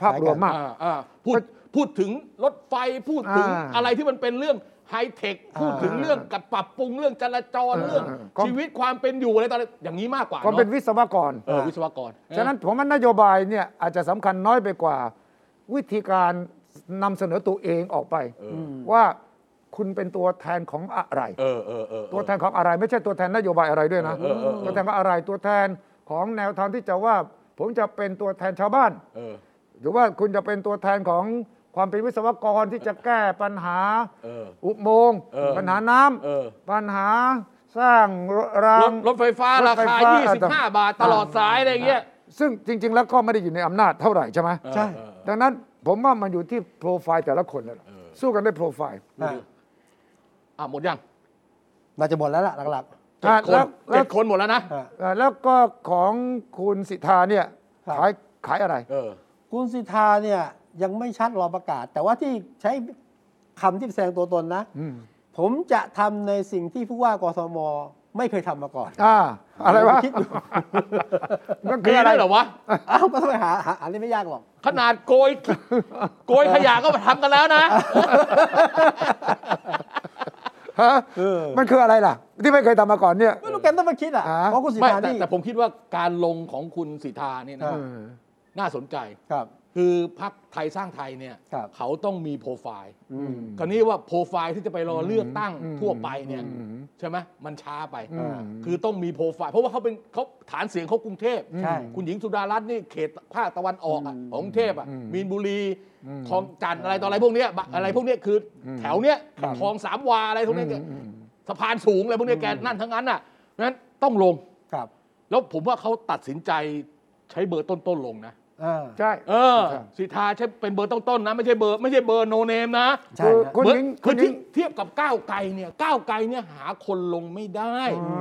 Speaker 3: ภาพรวมมาก
Speaker 2: อ่าอ่าพูดพูดถึงรถไฟพูดถึง
Speaker 3: อ่า
Speaker 2: อะไรที่มันเป็นเรื่องไฮเทคพูดถึงเรื่องกับปรับปรุงเรื่องจราจร
Speaker 3: อ่า
Speaker 2: เรื่อง
Speaker 3: ความ
Speaker 2: ชีวิตความเป็นอยู่อะไรต่ออะไรอย่างนี้มากกว่า
Speaker 3: ก็เป็น
Speaker 2: อะ
Speaker 3: วิศวกร
Speaker 2: เออวิศวกร
Speaker 3: ฉะนั้นผมว่านโยบายเนี่ยอาจจะสำคัญน้อยไปกว่า วิธีการนำเสนอตัวเองออกไป ว่าคุณเป็นตัวแทนของอะไร
Speaker 2: เออเออเออ
Speaker 3: ตัวแทนของอะไรไม่ใช่ตัวแทนนโยบายอะไรด้วยนะ
Speaker 2: เออเออเออ
Speaker 3: ตัวแทนของอะไรตัวแทนของแนวทางที่จะว่า ผมจะเป็นตัวแทนชาวบ้าน
Speaker 2: เออ
Speaker 3: หรือว่าคุณจะเป็นตัวแทนของความเป็นวิศวกรที่จะแก้ปัญหา
Speaker 2: เออ
Speaker 3: อุโมงค์
Speaker 2: เออ
Speaker 3: ปัญหาน้ำ
Speaker 2: เออ
Speaker 3: ปัญหาสร้างราร
Speaker 2: ถ
Speaker 3: ง
Speaker 2: รถไฟฟ้าราร
Speaker 3: ถไฟ
Speaker 2: คา
Speaker 3: ฟ้า
Speaker 2: 25 บาทตลอดสายอะไรเงี้ย
Speaker 3: ซึ่งจริง ๆ แล้วก็ไม่ได้อยู่ในอำนาจเท่าไหร่ใช่ไหม
Speaker 1: ใช่
Speaker 3: ดังนั้นผมว่ามันอยู่ที่โปรไฟล์แต่ละคนแล้วล่ะสู้กันด้วยโปรไฟล์
Speaker 1: อ่า
Speaker 2: อ่ะหมดยัง
Speaker 1: น่าจะหมดแล้วล่ะหลัก
Speaker 2: เจ็ดคน
Speaker 3: แล้วแล้
Speaker 2: เจ็
Speaker 3: ว
Speaker 2: ดคนหมดแล้วนะ
Speaker 1: อ่ะ
Speaker 3: อ่าแล้วก็ของคุณสิทธาเนี่ย
Speaker 1: ครับ
Speaker 3: ขายขายอะไร
Speaker 2: เออ
Speaker 1: ๆคุณสิทธาเนี่ยยังไม่ชัดรอประกาศ แต่ว่าที่ใช้คำที่แสดงตัวตนนะ ผมจะทำในสิ่งที่ผู้ว่ากทมไม่เคยทำมาก่อน
Speaker 3: อ่าอะไรวะ
Speaker 1: คิดอยู่
Speaker 3: มัน
Speaker 2: มี
Speaker 3: คืออะไร
Speaker 2: ด้วยเหรอวะ
Speaker 1: อ้าวก็ต้องไปหาหาอันนี้ไม่ยากหรอก
Speaker 2: ขนาดโกย โกยขยะก็มาทำกันแล้วนะ
Speaker 3: ฮะ
Speaker 1: เออ
Speaker 3: มันคืออะไรล่ะ ที่ไม่เคยทำมาก่อนเนี่ย
Speaker 1: ไม่รู้แกต้องมาคิดอ่ะ
Speaker 3: อ่า
Speaker 1: เพราะคุณสิท
Speaker 2: ไม่
Speaker 1: ธา
Speaker 2: แต่
Speaker 1: นี่
Speaker 2: แต่ผมคิดว่าการลงของคุณสิทธาเนี่ยนะ
Speaker 1: อ่า
Speaker 2: น่าสนใจ
Speaker 1: ครับ
Speaker 2: คือพักไทยสร้างไทยเนี่ย
Speaker 1: ครับ
Speaker 2: เขาต้องมีโปรไฟล์คราวนี้ว่าโปรไฟล์ที่จะไปรอเลือกตั้งทั่วไปเนี่ยใช่ไหมมันช้าไป คือต้องมีโปรไฟล์ เพราะว่าเขาเป็นเขาฐานเสียงเขากรุงเทพ
Speaker 1: ใช่
Speaker 2: คุณหญิงสุดารัตน์นี่เขตภาคตะวันออกอะของกรุงเทพอะมีนบุรีคลองจันทร์อะไรต่ออะไรพวกเนี้ยบะอะไรพวกเนี้ยคืออแถวเนี้ยคลองสามวาอะไรพวกเนี้ยสะพานสูงอะไรพวกเนี้ยแกนั่นทั้งนั้นอ่ะเพราะฉะนั้นต้องลง
Speaker 1: ครับ
Speaker 2: แล้วผมว่าเขาตัดสินใจใช้เบอร์ต้นๆลงนะ
Speaker 1: อ่า
Speaker 3: ใช่
Speaker 2: เออสิทธาใช่เป็นเบอร์ต้นๆนะ ไม่ใช่เบอร์ไม่ใช่เบอร์โนเนมนะ
Speaker 1: ใช่
Speaker 3: คือ
Speaker 1: ฮะ
Speaker 3: คุณ
Speaker 2: เบอ
Speaker 3: ห
Speaker 2: ร์
Speaker 3: ญิง
Speaker 2: คื
Speaker 3: คุ
Speaker 2: อ
Speaker 3: ณหญิ
Speaker 2: ที่
Speaker 3: ง
Speaker 2: เทียบกับก้าวไกลเนี่ยก้าวไกลเนี่ยหาคนลงไม่ได้
Speaker 3: อ๋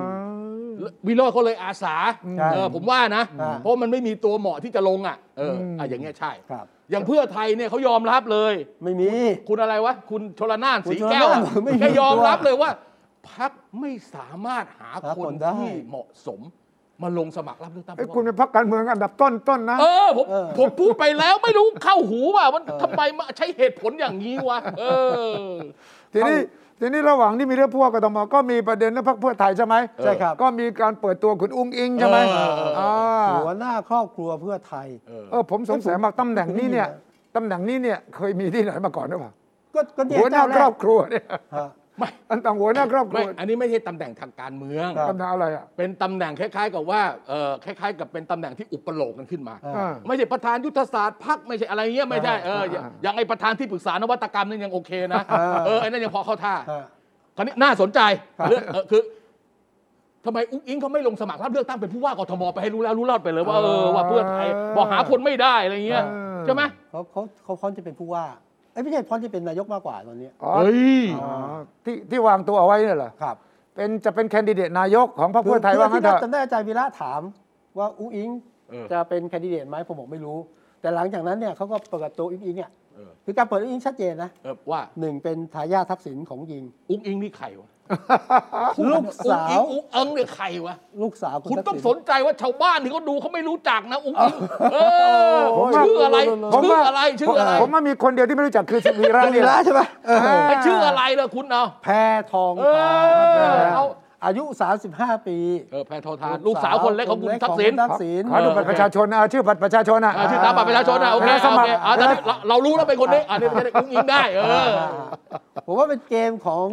Speaker 3: อ
Speaker 2: วิโรจน์เขาเลยอาสา
Speaker 1: ใช่
Speaker 2: เออผมว่านะ
Speaker 1: อ่า
Speaker 2: เพราะมันไม่มีตัวเหมาะที่จะลงอ่ะเอออ่ะอย่างเงี้ยใช่
Speaker 1: ครับ
Speaker 2: อย่างเพื่อไทยเนี่ยเขายอมรับเลย
Speaker 1: ไม่มี
Speaker 2: คุณอะไรวะ คุณชลนาน
Speaker 1: คุณ
Speaker 2: สีแก้ว
Speaker 1: ช
Speaker 2: อะ
Speaker 1: ลน่านไม่มี
Speaker 2: แกยอมรับเลยว่าพักไม่สามารถหา
Speaker 1: หา
Speaker 2: ค
Speaker 1: คน
Speaker 2: น
Speaker 1: ได้
Speaker 2: ที่เหมาะสม มาลงสมัครรับเลือกตั้ง
Speaker 3: ไอ้ยคุณเป็นพักการเมืองอันดับต้นๆนะ
Speaker 2: เออผม
Speaker 1: เออ
Speaker 2: ผมพูดไปแล้วไม่รู้เข้าหูว่ามันทำไมมาใช้เหตุผลอย่างนี้วะเออ
Speaker 3: ทีนี้ทีนี้ระหว่างที่มีเรื่องพวกกทมก็มีประเด็นเรื่องพรรคเพื่อไทยใช่ไหม
Speaker 1: ใช่ครับ
Speaker 3: ก็มีการเปิดตัวคุณอุ้งอิงใช่ไหม
Speaker 2: เออเออเออ
Speaker 3: อ่า
Speaker 1: หัวหน้าครอบครัวเพื่อไทย
Speaker 3: เออผมสงสัยมากตำแหน่งนี้เนี่ยตำแหน่งนี้เนี่ยเคยมีที่ไหนมาก่อนหรือเปล่า
Speaker 1: ก็ก็เนี่ย
Speaker 3: หัวหน้า
Speaker 1: เจ้าแร
Speaker 3: ครอก บครัวเนี่ย
Speaker 1: ฮะ
Speaker 2: ไม่
Speaker 3: อันต่างหัวหน้าครอบครั
Speaker 2: ไม่
Speaker 3: ว
Speaker 2: อันนี้ไม่ใช่ตำแหน่งทางการเมือง
Speaker 1: ครับ
Speaker 3: ตำแหน่งอะไรอ่ะ
Speaker 2: เป็นตำแหน่งคล้าย ๆ กับว่าเออคล้าย ๆ กับเป็นตำแหน่งที่อุปโลกกันขึ้นมา
Speaker 1: อ่า
Speaker 3: อ่า
Speaker 2: ไม่ใช่ประธานยุทธศาสตร์พักไม่ใช่อะไรเงี้ยไม่ใช่เอออย่าง
Speaker 3: อ่า
Speaker 2: อย่างไอประธานที่ปรึกษานวัตกรรมนี่ยังโอเคนะ
Speaker 1: อ่า
Speaker 2: เออไอ้นั่นยังพอเข้าท่า
Speaker 1: ฮะ
Speaker 2: คราวนี้น่าสนใจเรื่องเออคือทำไมอุ้งอิงเขาไม่ลงสมัครรับเลือกตั้งเป็นผู้ว่ากทมไปให้รู้แล้วรู้รอดไปเลยว่าเออว่าเพื่อไทยบอกหาคนไม่ได้อะไรเงี้ย
Speaker 3: เออ
Speaker 2: ใช่ไหม
Speaker 1: เขาเขาเขาพร้อมจะเป็นผู้ว่าเอ้ยไม่ใช่พร้อมจะเป็นนายกมากกว่าตอนเนี้ย
Speaker 3: อ๋อ
Speaker 2: เฮ้ย
Speaker 3: อ๋อที่ที่วางตัวเอาไว้เนี่ยเหรอ
Speaker 1: ครับ
Speaker 3: เป็นจะเป็นแคนดิเดตนายกของพรรคเพื่อไทยว่างั้นเถอะ
Speaker 1: จำได้อาจารย์วีระถามว่าอุ้งอิง
Speaker 2: เออ
Speaker 1: จะเป็นแคนดิเดตไหมผมบอกไม่รู้ แต่หลังจากนั้นเนี่ยเขาก็เปิดตัวอุ้งอิงเนี่ย
Speaker 2: เออ
Speaker 1: คือการเปิดอุ้งอิงชัดเจนนะ
Speaker 2: เออว่า
Speaker 1: หนึ่งเป็นทายาททักษิณของยิง
Speaker 2: อุ้งอิงนี่ใครวะ
Speaker 1: ลูกสาว
Speaker 2: อุ้งอิงอุ้งเอิงเนี่ยใครวะ
Speaker 1: ลูกสาว
Speaker 2: คุณ
Speaker 1: ทักษิณ
Speaker 2: ต้องสนใจว่าชาวบ้านที่เขาดูเขาไม่รู้จักนะ อุ้งอิงเออ
Speaker 3: ผมว่า
Speaker 2: ชื่ออะไร
Speaker 3: ผม
Speaker 2: ชื่อ
Speaker 3: ว่า
Speaker 2: อะไร ชื่ออะไร
Speaker 3: ผมว่ามีคนเดียวที่ไม่รู้จักคือสุวีระ
Speaker 1: อา
Speaker 3: นี่
Speaker 1: นี่
Speaker 3: แหละ
Speaker 1: ละใช่ไหม
Speaker 3: เออ
Speaker 2: ไอ้ชื่ออะไรล่ะคุณเอา
Speaker 1: แพรทอง
Speaker 2: เอ
Speaker 1: ทาน
Speaker 2: อ เอา
Speaker 1: อายุ 35 ปี
Speaker 2: เออแพทองทานลูกสาวคนเล็กของคุณทักษิณ
Speaker 1: ทักษิณ
Speaker 3: ขอดูบัตรประชาชนอ่ะชื่อบัตรประชาชนอ่ะ
Speaker 2: อ่าชื่อตามบัตรประชาชนนะโอเค
Speaker 1: เวลาส
Speaker 2: โอ
Speaker 1: มัคร
Speaker 2: เคอ่าตอนนี้เราเรารู้แล้วเป็นคนนี้อ่าเนี่ยจะได้อุ้งอิงได้เออ
Speaker 1: ผมว่าเป็นเกมของ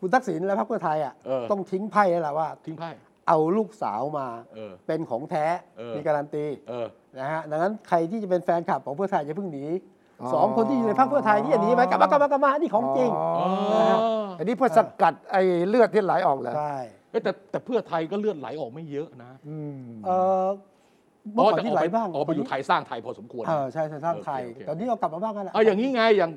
Speaker 1: คุณทักษิณและพรรคเพื่อไทยอ่ะ
Speaker 2: เออ
Speaker 1: ต้องทิ้งไพ่แล้วล่ะว่า
Speaker 2: ทิ้งไพ่
Speaker 1: เอาลูกสาวมา
Speaker 2: เออ
Speaker 1: เป็นของแท้
Speaker 2: เออ
Speaker 1: มีการันตี
Speaker 2: เออ
Speaker 1: นะฮะดังนั้นใครที่จะเป็นแฟนคลับของเพื่อไทยอย่าเพิ่งหนี
Speaker 3: อ๋อ
Speaker 1: สองคนที่อยู่ในพรรคเพื่อไทยนี่อย่าหนีไปกลับมากลับมากลับมานี่ของจริง
Speaker 3: อ๋อ
Speaker 1: นะฮะ
Speaker 3: อันนี้เพื่อสกัดไอ้เลือดที่ไหลออกเหรอ
Speaker 1: ใช่
Speaker 2: เอ้ยแต่แต่เพื่อไทยก็เลือดไหลออกไม่เยอะนะ
Speaker 3: อืม
Speaker 1: เออเมื่อก่อนที่ไหลบ้าง
Speaker 2: อ๋อไปอยู่ไทยสร้างไทยพอสมควร
Speaker 1: เออใช่ใช่สร้างไทย
Speaker 2: โอเคโอเค
Speaker 1: ตอนนี้เอากลับมาบ้างกันแหละ
Speaker 2: เอาอย่างนี้ไงอย่าง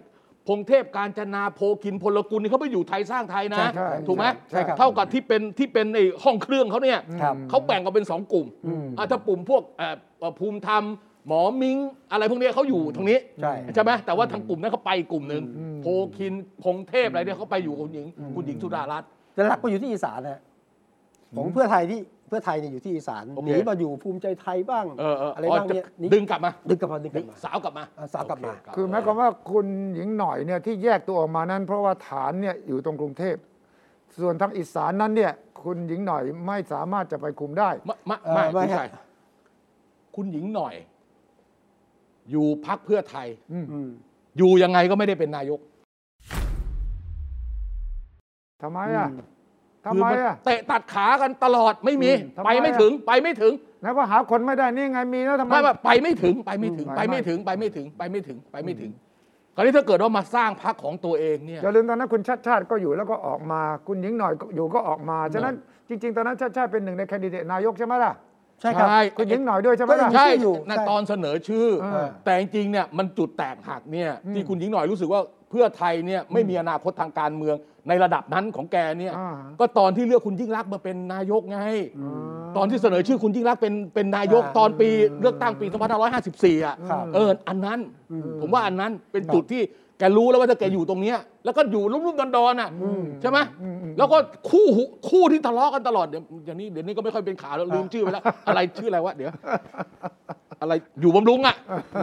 Speaker 2: พงเทพการจนาโพกินพลกุลนี่เขาไปอยู่ไทยสร้างไทยนะ
Speaker 3: ใช่ใช่
Speaker 2: ถูกไหม
Speaker 3: ใช่ครับ
Speaker 2: เท่ากับที่เป็นที่เป็นไอ้ห้องเครื่องเขาเนี่ย
Speaker 1: ครับ
Speaker 2: เขาแบ่งออกเป็นสองกลุ่มอ่ะถ้ากลุ่มพวกเอ่อเอ่อภูมิธรรม หมอมิงอะไรพวกเนี้ยเขาอยู่ตรงนี้
Speaker 1: ใช่
Speaker 2: ใช่ไหมแต่ว่าทางกลุ่มนั้นเขาไปอีกกลุ่มหนึ่งโพคินพงเทพอะไรเนี่ยเขาไปอยู่กับคุณหญิง คุณหญิงสุดารัตน์
Speaker 1: แต่หลักมาอยู่ที่อีสานนะของเพื่อไทยที่เพื่อไทยเนี่ยอยู่ที่อีสาน
Speaker 2: โอเค
Speaker 1: หนีมาอยู่ภูมิใจไทยบ้าง
Speaker 2: เออเออ
Speaker 1: ไรบ้างเนี่ย
Speaker 2: จะ
Speaker 1: หนี
Speaker 2: ดึงกลับมา
Speaker 1: ดึงกลับมาดึงก
Speaker 2: ดึ
Speaker 1: ลับ
Speaker 2: ง
Speaker 1: มา
Speaker 2: สาวกลับมา
Speaker 1: อ่ะสาวกลับมา
Speaker 2: โเ
Speaker 3: คือหมายความว่าคุณหญิงหน่อยเนี่ยที่แยกตัวออกมานั้น เพราะว่าฐานเนี่ยอยู่ตรงกรุงเทพ ส่วนทางอีสานนั้นเนี่ยคุณหญิงหน่อยไม่สามารถจะไปคุมได้
Speaker 2: ไม่ไม่
Speaker 1: เอ่อ
Speaker 2: ไม่
Speaker 1: ไม่
Speaker 2: คุณ
Speaker 1: ฮะ
Speaker 2: ชัยคุณหญิงหน่อย อยู่พักเพื่อไทย
Speaker 1: อืม
Speaker 2: อยู่ยังไงก็ไม่ได้เป็นนายก
Speaker 3: ทำไมอ่ะ
Speaker 1: อืม
Speaker 3: ทำไมอ่ะ
Speaker 2: เตะตัดขากันตลอดไม่มี
Speaker 3: อืมทำไม
Speaker 2: ไปไม่
Speaker 3: อะ
Speaker 2: ถึง ไปไม่ถึง
Speaker 3: แล้วก็หาคนไม่ได้นี่ไงมีแล้วทำไม
Speaker 2: ไม่ว่าไปไม่ถึง ไปไม่ถึง
Speaker 3: อืม
Speaker 2: ไปไม่ถึง ไปไม่ถึง ไปไม่ถึง ไปไม่ถึงคราวนี้ถ้าเกิดว่ามาสร้างพักของตัวเองเนี่ย
Speaker 3: อย่าลืมตอนนั้นคุณชาติชาติก็อยู่แล้วก็ออกมา คุณหญิงหน่อยก็อยู่ก็ออกมา ฉะนั้นจริง ๆ ตอนนั้นชาติชาติเป็นหนึ่งในแคนดิเดตนายกใช่ไหมล่ะ
Speaker 1: ใช่ครับ
Speaker 2: ใช่
Speaker 3: คุณหญิงหน่อยด้วยใช่ไหมล่ะ
Speaker 1: ก็ยัง
Speaker 2: ใช่
Speaker 1: ชื่ออยู่
Speaker 2: นะ
Speaker 1: ใช่
Speaker 2: ตอนเสนอชื่อ
Speaker 3: เออ
Speaker 2: แต่จริงๆเนี่ยมันจุดแตกหักเนี่ยที่คุณหญิงหน่อยรู้สึกว่าเพื่อไทยเนี่ยไม่มีอนาคตทางการเมืองในระดับนั้นของแกเนี่ย
Speaker 3: อ่า
Speaker 2: ก็ตอนที่เลือกคุณยิ่งรักษณ์มาเป็นนายกไง ตอนที่เสนอชื่อคุณยิ่งรักษณ์เป็นเป็นนายก
Speaker 1: อ่า
Speaker 2: ตอนปีเลือกตั้งปี 2554 อ่ะ
Speaker 1: ครับ
Speaker 2: เอออันนั้น ผมว่าอันนั้นเป็นจุดที่แกรู้แล้วว่าถ้าแกอยู่ตรงเนี้ยแล้วก็อยู่รุ่มๆดอนๆอ่ะใช่ไหมแล้วก็คู่หูคู่ที่ทะเลาะกันตลอดเดี๋ยวอย่างนี้เดี๋ยวนี้ก็ไม่ค่อยเป็นข่าวแล้วลืมชื่อไปแล้วอะไรชื่ออะไรวะเดี๋ยว อะไรอยู่บำรุงอ่ะ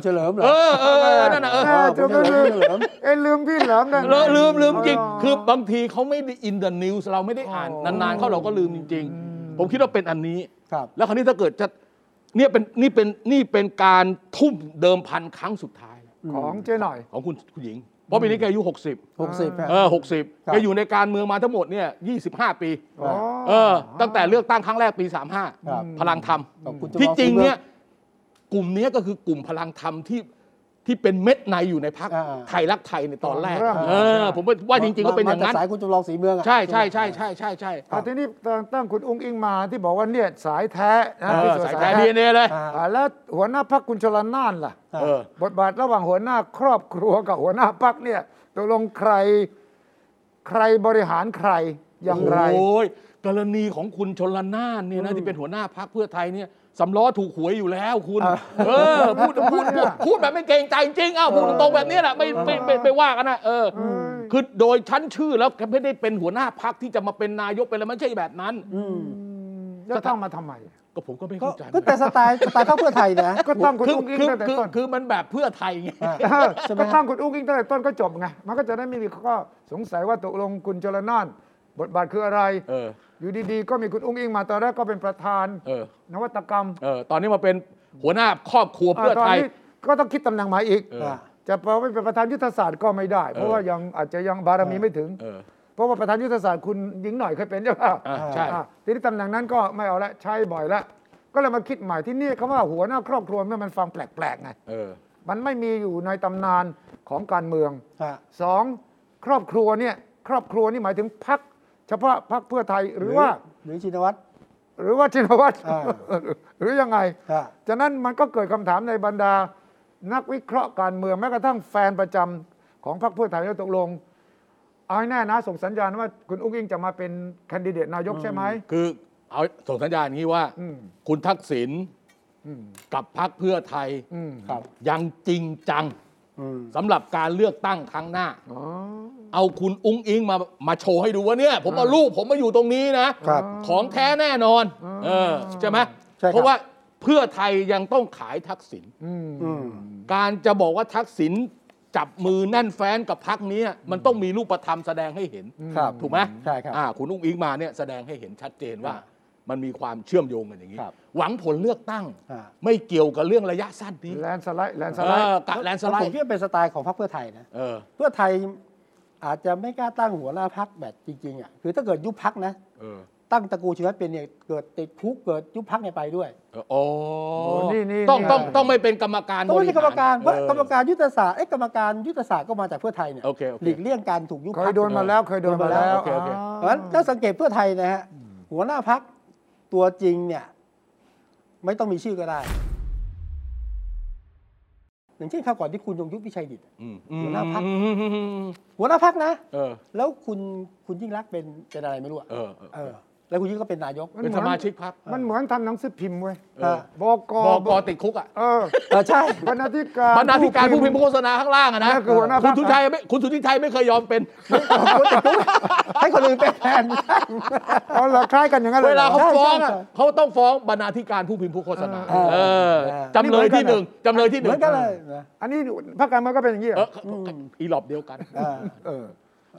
Speaker 1: เฉลิมเหรอ
Speaker 2: เออเออนั่นน่ะเออ
Speaker 3: เออจะ
Speaker 1: ผม
Speaker 3: ไม่ลืม
Speaker 1: เฉลิม
Speaker 3: เอ้ยลืมพี่เหลิมนั่น
Speaker 2: เลอะลืมลืมจริง คือบางทีเขาไม่ได้อินเดอะนิวส์เราไม่ได้อ่าน นานๆ เขาเราก็ลืมจริง ๆ ผมคิดว่าเป็นอันนี้
Speaker 1: ครับ
Speaker 2: แล้วคราวนี้ถ้าเกิดจะเนี่ยเป็นนี่เป็นนี่เป็นการทุ่มเดิมพันครั้งสุดท้ายแล้ว
Speaker 3: ของเจ๊หน่อย
Speaker 2: ของคุณคุณหญิง เพราะปีนี้แกอายุ 60
Speaker 1: หกสิบ
Speaker 2: เออหกสิบ
Speaker 1: ครับ
Speaker 2: แกอยู่ในการเมืองมาทั้งหมดเนี่ย25 ปี
Speaker 3: อ๋อ
Speaker 2: เออตั้งแต่เลือกตั้งครั้งแรกปี
Speaker 1: ครับ
Speaker 2: 35 พลังธรรม
Speaker 1: ขอบคุณ
Speaker 2: ที่จริงเนี่ยกลุ่มเนี้ยก็คือกลุ่มพลังธรรมที่ที่เป็นเม็ดในอยู่ในพัก
Speaker 1: อ่า
Speaker 2: ไทยรักไทยในตอนแรก
Speaker 3: เริ่ม
Speaker 2: เออผมว่าว่าจริง ๆ ก็เป็นอย่างนั้
Speaker 1: ม
Speaker 2: น
Speaker 1: จกสายคุณจำลองสีเมืองอะ
Speaker 2: ใช่ใช่ใช่ใช่ใช่ใช่
Speaker 3: แต่ทีนี้ตั้งคุณอุ้งอิงมาที่บอกว่าเนี่ยสายแท้นะ
Speaker 2: เอ
Speaker 3: ที่
Speaker 2: อ
Speaker 3: ด
Speaker 2: สายแท้ดีเนเลย
Speaker 1: อ่า
Speaker 3: อ่าแล้วหัวหน้าพักคุณชลนานล่ะ
Speaker 1: ครับ
Speaker 2: เออ
Speaker 3: บทบาทระหว่างหัวหน้าครอบครัวกับหัวหน้าพักเนี่ยตกลงใคร ใครบริหารใครอย่างไร
Speaker 2: โอ้ยกรณีของคุณชนละนานเนี่ยนะที่เป็นหัวหน้าพักเพื่อไทยเนี่ยสำล้อถูกหวยอยู่แล้วคุณ เออพูดพูดพูดพูดแบบไม่เกรงใจจริงอ้าวพูดตรงๆแบบเนี้ยแหละไม่ไม่ไม่ไม่ว่ากันนะเอออคือโดยชั้นชื่อแล้วแกไม่ได้เป็นหัวหน้าพักที่จะมาเป็นนายกเป็นอะไรไม่ใช่แบบนั้น
Speaker 1: อืม
Speaker 3: แล้วตั้งมาทำไม
Speaker 2: ก็ผมก็ไม่
Speaker 1: ก็
Speaker 2: เข้าใจ
Speaker 1: ก็แต่สไตล์สไตล์พรรคเพื่อไทยนะ
Speaker 3: ก็ตั้งคุณ
Speaker 2: คือ
Speaker 3: อุ้งอิง
Speaker 2: คือ
Speaker 3: ตั้งแต่
Speaker 2: คือ
Speaker 3: ต้น
Speaker 2: คือมันแบบเพื่อไทยไง
Speaker 1: อ่า
Speaker 3: เออ
Speaker 1: ใช่ไหม
Speaker 3: ก็ตั้งคุณอุ้งอิงตั้งแต่ต้นก็จบไงมันก็จะได้ไม่มีข้อสงสัยว่าตกลงคุณชลนาน บทบาทคืออะไร
Speaker 2: เออ
Speaker 3: อยู่ดีๆ ก็มีคุณอุ้งอิงมาตอนแรกก็เป็นประธาน
Speaker 2: เออน
Speaker 3: วัตกรรม
Speaker 2: เออตอนนี้มาเป็นหัวหน้าครอบครัวเพื่อ
Speaker 3: ตอน
Speaker 2: ไทย
Speaker 3: นี้ก็ต้องคิดตำแหน่งใหม่อีก
Speaker 2: เออ
Speaker 3: จะพอไม่เป็นประธานยุทธศาสตร์ก็ไม่ได้ เพราะว่ายังอาจจะยังบารมีไม่ถึง
Speaker 2: เออ
Speaker 3: เพราะว่าประธานยุทธศาสตร์คุณหญิงหน่อยเคยเป็นใช่ป่ะ
Speaker 2: อ่ะใช่
Speaker 3: อ่ะทีนี้ตำแหน่งนั้นก็ไม่เอาละใช้บ่อยละก็เลยมาคิดใหม่ที่นี่คำว่าหัวหน้าครอบครัวเนี่ยมันฟังแปลกๆไง
Speaker 2: เออ
Speaker 3: มันไม่มีอยู่ในตำนานของการเมือง
Speaker 1: ฮะ
Speaker 3: สองครอบครัวเนี่ยครอบครัวนี่หมายถึงพักเฉพาะพักเพื่อไทยหรือว่า
Speaker 1: หรือชินวัตร
Speaker 3: หรือว่าชินวัตร
Speaker 1: อ่า
Speaker 3: หรือยังไง
Speaker 1: ฮะ
Speaker 3: จากนั้นมันก็เกิดคำถามในบรรดา นักวิเคราะห์การเมืองแม้กระทั่งแฟนประจำของพรรคเพื่อไทยแล้วตกลง เอาให้แน่นะส่งสัญญาณว่าคุณอุ้งอิงจะมาเป็นแคนดิเดตนายกใช่ไหม
Speaker 2: คือเอาส่งสัญญาณอย่างนี้ว่า
Speaker 3: อืม
Speaker 2: คุณทักษิณกับพรรคเพื่อไทย
Speaker 3: อืม
Speaker 1: ครับ
Speaker 2: ยังจริงจัง
Speaker 1: อืม
Speaker 2: สำหรับการเลือกตั้งครั้งหน้า
Speaker 3: อ๋อ
Speaker 2: เอาคุณอุ้งอิงมามาโชว์ให้ดูว่าเนี่ย ผมเอาลูกผมมาอยู่ตรงนี้นะครับของแท้แน่นอน เออใช่ไหม
Speaker 1: ใช่ครับ
Speaker 2: เพราะว่าเพื่อไทยยังต้องขายทักษิณ
Speaker 3: อืม
Speaker 1: อืม
Speaker 2: การจะบอกว่าทักษิณ จับมือแน่นแฟ้นกับพักนี้ยมันต้องมีรูปธรรมแสดงให้เห็น
Speaker 1: ครับ
Speaker 2: ถูกไหม
Speaker 1: ใช่ครับ
Speaker 2: อ่าคุณอุ้งอิงมาเนี่ยแสดงให้เห็นชัดเจนว่า มันมีความเชื่อมโยงกันอย่างนี้
Speaker 1: ครับ
Speaker 2: หวังผลเลือกตั้ง
Speaker 1: อ่า
Speaker 2: ไม่เกี่ยวกับเรื่องระยะสั้นนี้
Speaker 3: แลนด์สไลด์แลนด์ส
Speaker 2: เอ
Speaker 3: ไลด์
Speaker 2: อกะแลนด์สไล
Speaker 1: ผม
Speaker 2: ด์
Speaker 1: คิดว่าเป็นสไตล์ของพรรคเพื่อไทยนะ
Speaker 2: เออ
Speaker 1: เพื่อไทยอาจจะไม่กล้าตั้งหัวหน้าพักแบบจริงๆอ่ะคือถ้าเกิดยุบพักนะ
Speaker 2: เออ
Speaker 1: ตั้งตระกูลชีวัตเป็นเนี่ยเกิดติดคุกเกิดยุบพักเนี่ยไปด้วย
Speaker 2: เอออ๋อ
Speaker 3: โอ้นี่นี่
Speaker 2: ต้อง
Speaker 3: นี่
Speaker 2: ต้องต้องไม่เป็นกรรมการ
Speaker 1: ต้องไม่
Speaker 2: บ
Speaker 1: ใช่กรรมการเพราะ
Speaker 2: เออ
Speaker 1: กรรมการยุทธศาสตร์เอ้กรรมการยุทธศาสตร์ก็มาจากเพื่อไทยเนี่ย
Speaker 2: โอเคโอเค
Speaker 1: หลีกเลี่ยงการถูกยุบ
Speaker 3: เค
Speaker 1: พรร
Speaker 3: ย
Speaker 1: ค
Speaker 3: โดนมาแล้วเคยโดนมาแล้ว
Speaker 2: โอเคโอเค
Speaker 3: า
Speaker 1: เพราะฉะนั้นถ้าสังเกตเพื่อไทยนะฮะหัวหน้าพักตัวจริงเนี่ย ไม่ต้องมีชื่อก็ได้ อย่างเช่นคราวก่อนที่คุณยงยุทธวิชัยดิต
Speaker 2: อืม
Speaker 1: หัวหน้าพรรค
Speaker 2: อืม
Speaker 1: หัวหน้าพักนะ
Speaker 2: เออ
Speaker 1: แล้วคุณคุณยิ่งรักษณ์เป็นเป็นอะไรไม่รู้อะ
Speaker 2: เออเออ
Speaker 1: เออ แล้วคุณยิ่งก็เป็นนายก
Speaker 3: มัน
Speaker 2: เป็น
Speaker 3: เหมื
Speaker 2: ส
Speaker 3: อน
Speaker 2: มาชิกพรรค
Speaker 3: มันเหมือนทำหนังสือพิมพ์เว้ย
Speaker 1: เออ
Speaker 3: บก
Speaker 2: บอกกติดคุกอ่ะ
Speaker 3: เออ
Speaker 1: เออใช่
Speaker 3: บรรณาธิการ
Speaker 2: บรรณาธิการผู้พิมพ์โฆษณาข้างล่างอะนะ
Speaker 3: นั่นคือหัวหน้าพร
Speaker 2: คุ
Speaker 3: ร
Speaker 2: ณ
Speaker 3: ค
Speaker 2: สุทธิชัยไม่คุณสุทธิชัยไม่เคยยอมเป็น
Speaker 1: ให้คนอื่นเป็นแทน
Speaker 3: อ๋อเหราคล้ายกันอย่างนั้น
Speaker 2: เว
Speaker 3: เลยหร
Speaker 2: ลา
Speaker 3: อ
Speaker 2: เขาฟ้องอะ
Speaker 1: ใช่ใช่
Speaker 2: เขาต้องฟ้องบรรณาธิการผู้พิมพ์ผู้โฆษณา
Speaker 1: เออ
Speaker 2: เออ
Speaker 1: เออ
Speaker 2: จำเลยที่หนึ่งจำเลยที่ห
Speaker 1: เห
Speaker 2: นึ่
Speaker 1: มือง นกันเลยนะ
Speaker 3: อันนี้พรรคการเมืองก็เป็นอย่างนี้เหร
Speaker 2: เอ
Speaker 3: อ
Speaker 2: ออีหลอบเดียวกัน
Speaker 1: เออ
Speaker 3: เออ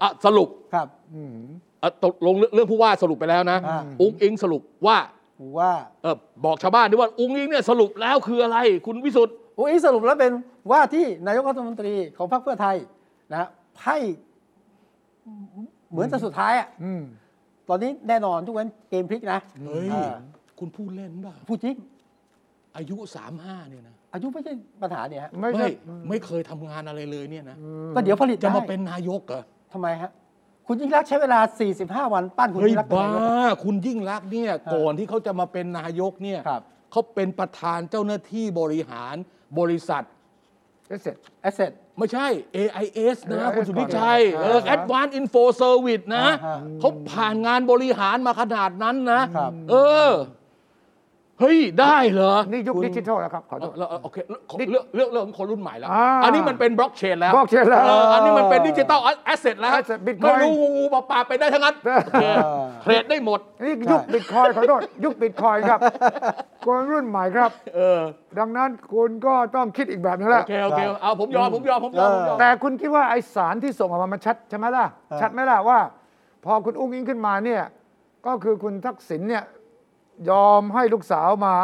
Speaker 2: อ่ะสรุป
Speaker 1: ครับ
Speaker 2: อ่ะตกลงเรื่องผู้ว่าสรุปไปแล้วนะ
Speaker 1: อ่า
Speaker 2: อุ้งอิงสรุปว่า
Speaker 1: ผมว่า
Speaker 2: เออบอกชาวบ้านด้วยว่าอุ้งอิงเนี่ยสรุปแล้วคืออะไร คุณวิสุทธ์
Speaker 1: อุ้ยสรุปแล้วเป็นว่าที่นายกรัฐมนตรีของพรรคเพื่อไทยนะฮะไพ่เหมือนแต่สุดท้ายอ่ะ
Speaker 3: อืม
Speaker 1: ตอนนี้แน่นอนทุกวันเกมพลิกนะ
Speaker 2: เฮ้ย
Speaker 1: เออ
Speaker 2: คุณพูดเล่นเปล่า
Speaker 1: พูดจริง
Speaker 2: อายุ 35เนี่ยนะ
Speaker 1: อายุไม่ใช่ปัญหาเนี่ยฮะ
Speaker 3: ไม่ใช่
Speaker 2: ไม่ไม่เคยทำงานอะไรเลยเนี่ยนะ
Speaker 1: ก็เดี๋ยวผลิต
Speaker 2: จะ
Speaker 1: ได้
Speaker 2: มาเป็นนายกเหรอ
Speaker 1: ทำไมฮะ คุณยิ่งรักษณ์ใช้เวลา 45 วันปั้นคุณ
Speaker 2: เฮ้ย
Speaker 1: ยิ่งรักษณ์เป็น
Speaker 2: บ้า
Speaker 1: นายก
Speaker 2: คุณยิ่งรักษณ์เนี่ยก่อนที่เขาจะมาเป็นนายกเนี่ย
Speaker 1: ครับ
Speaker 2: เขาเป็นประธานเจ้าหน้าที่บริหารบริษัท
Speaker 3: เอสเสร็จ
Speaker 1: แอสเซท
Speaker 2: ไม่ใช่ AIS นะ
Speaker 3: AIS
Speaker 2: คุณสุทธิชัยเออ
Speaker 3: ก่อนนะ
Speaker 2: Advanced Info Service นะ
Speaker 1: อ่าฮะ
Speaker 2: เขาผ่านงานบริหารมาขนาดนั้นนะ
Speaker 1: ครับ
Speaker 2: เออ เฮ้ย ได้เหรอ
Speaker 3: นี่ยุค
Speaker 1: คุณ
Speaker 3: ดิจิทัลแล้วครับ ขอโทษ
Speaker 2: เราโอเคเรื่องเรื่องเรื่องของคนรุ่นใหม่แล้ว
Speaker 3: อ่า
Speaker 2: อันนี้มันเป็นบล็อกเชนแล้ว
Speaker 3: blockchain แล้ว
Speaker 2: เอออันนี้มันเป็นดิจิตอลแอสเซทแล้ว
Speaker 3: asset Bitcoin
Speaker 2: ไม่รู้งูปลาปลาไปได้ทั้งนั้นโอเคเทรดได้หมด
Speaker 3: นี่ยุคบิตคอยขอโทษ ยุคบิตคอยครับ คนรุ่นใหม่ครับ
Speaker 2: เออ
Speaker 3: ดังนั้นคุณก็ต้องคิดอีกแบบนึงแล้
Speaker 2: โอ
Speaker 3: ว
Speaker 2: เค โอเค เอาผมยอม ผมยอม ผมยอมผมยอม
Speaker 3: แต่คุณคิดว่าไอสารที่ส่งออกมามันชัดใช่ไหมล่ะ
Speaker 1: เออ
Speaker 3: ชัดไหมล่ะว่า พอคุณอุ้งอิงขึ้นมาเนี่ย ก็คือคุณทักษิณเนี่ย ยอมให้ลูกสาวมา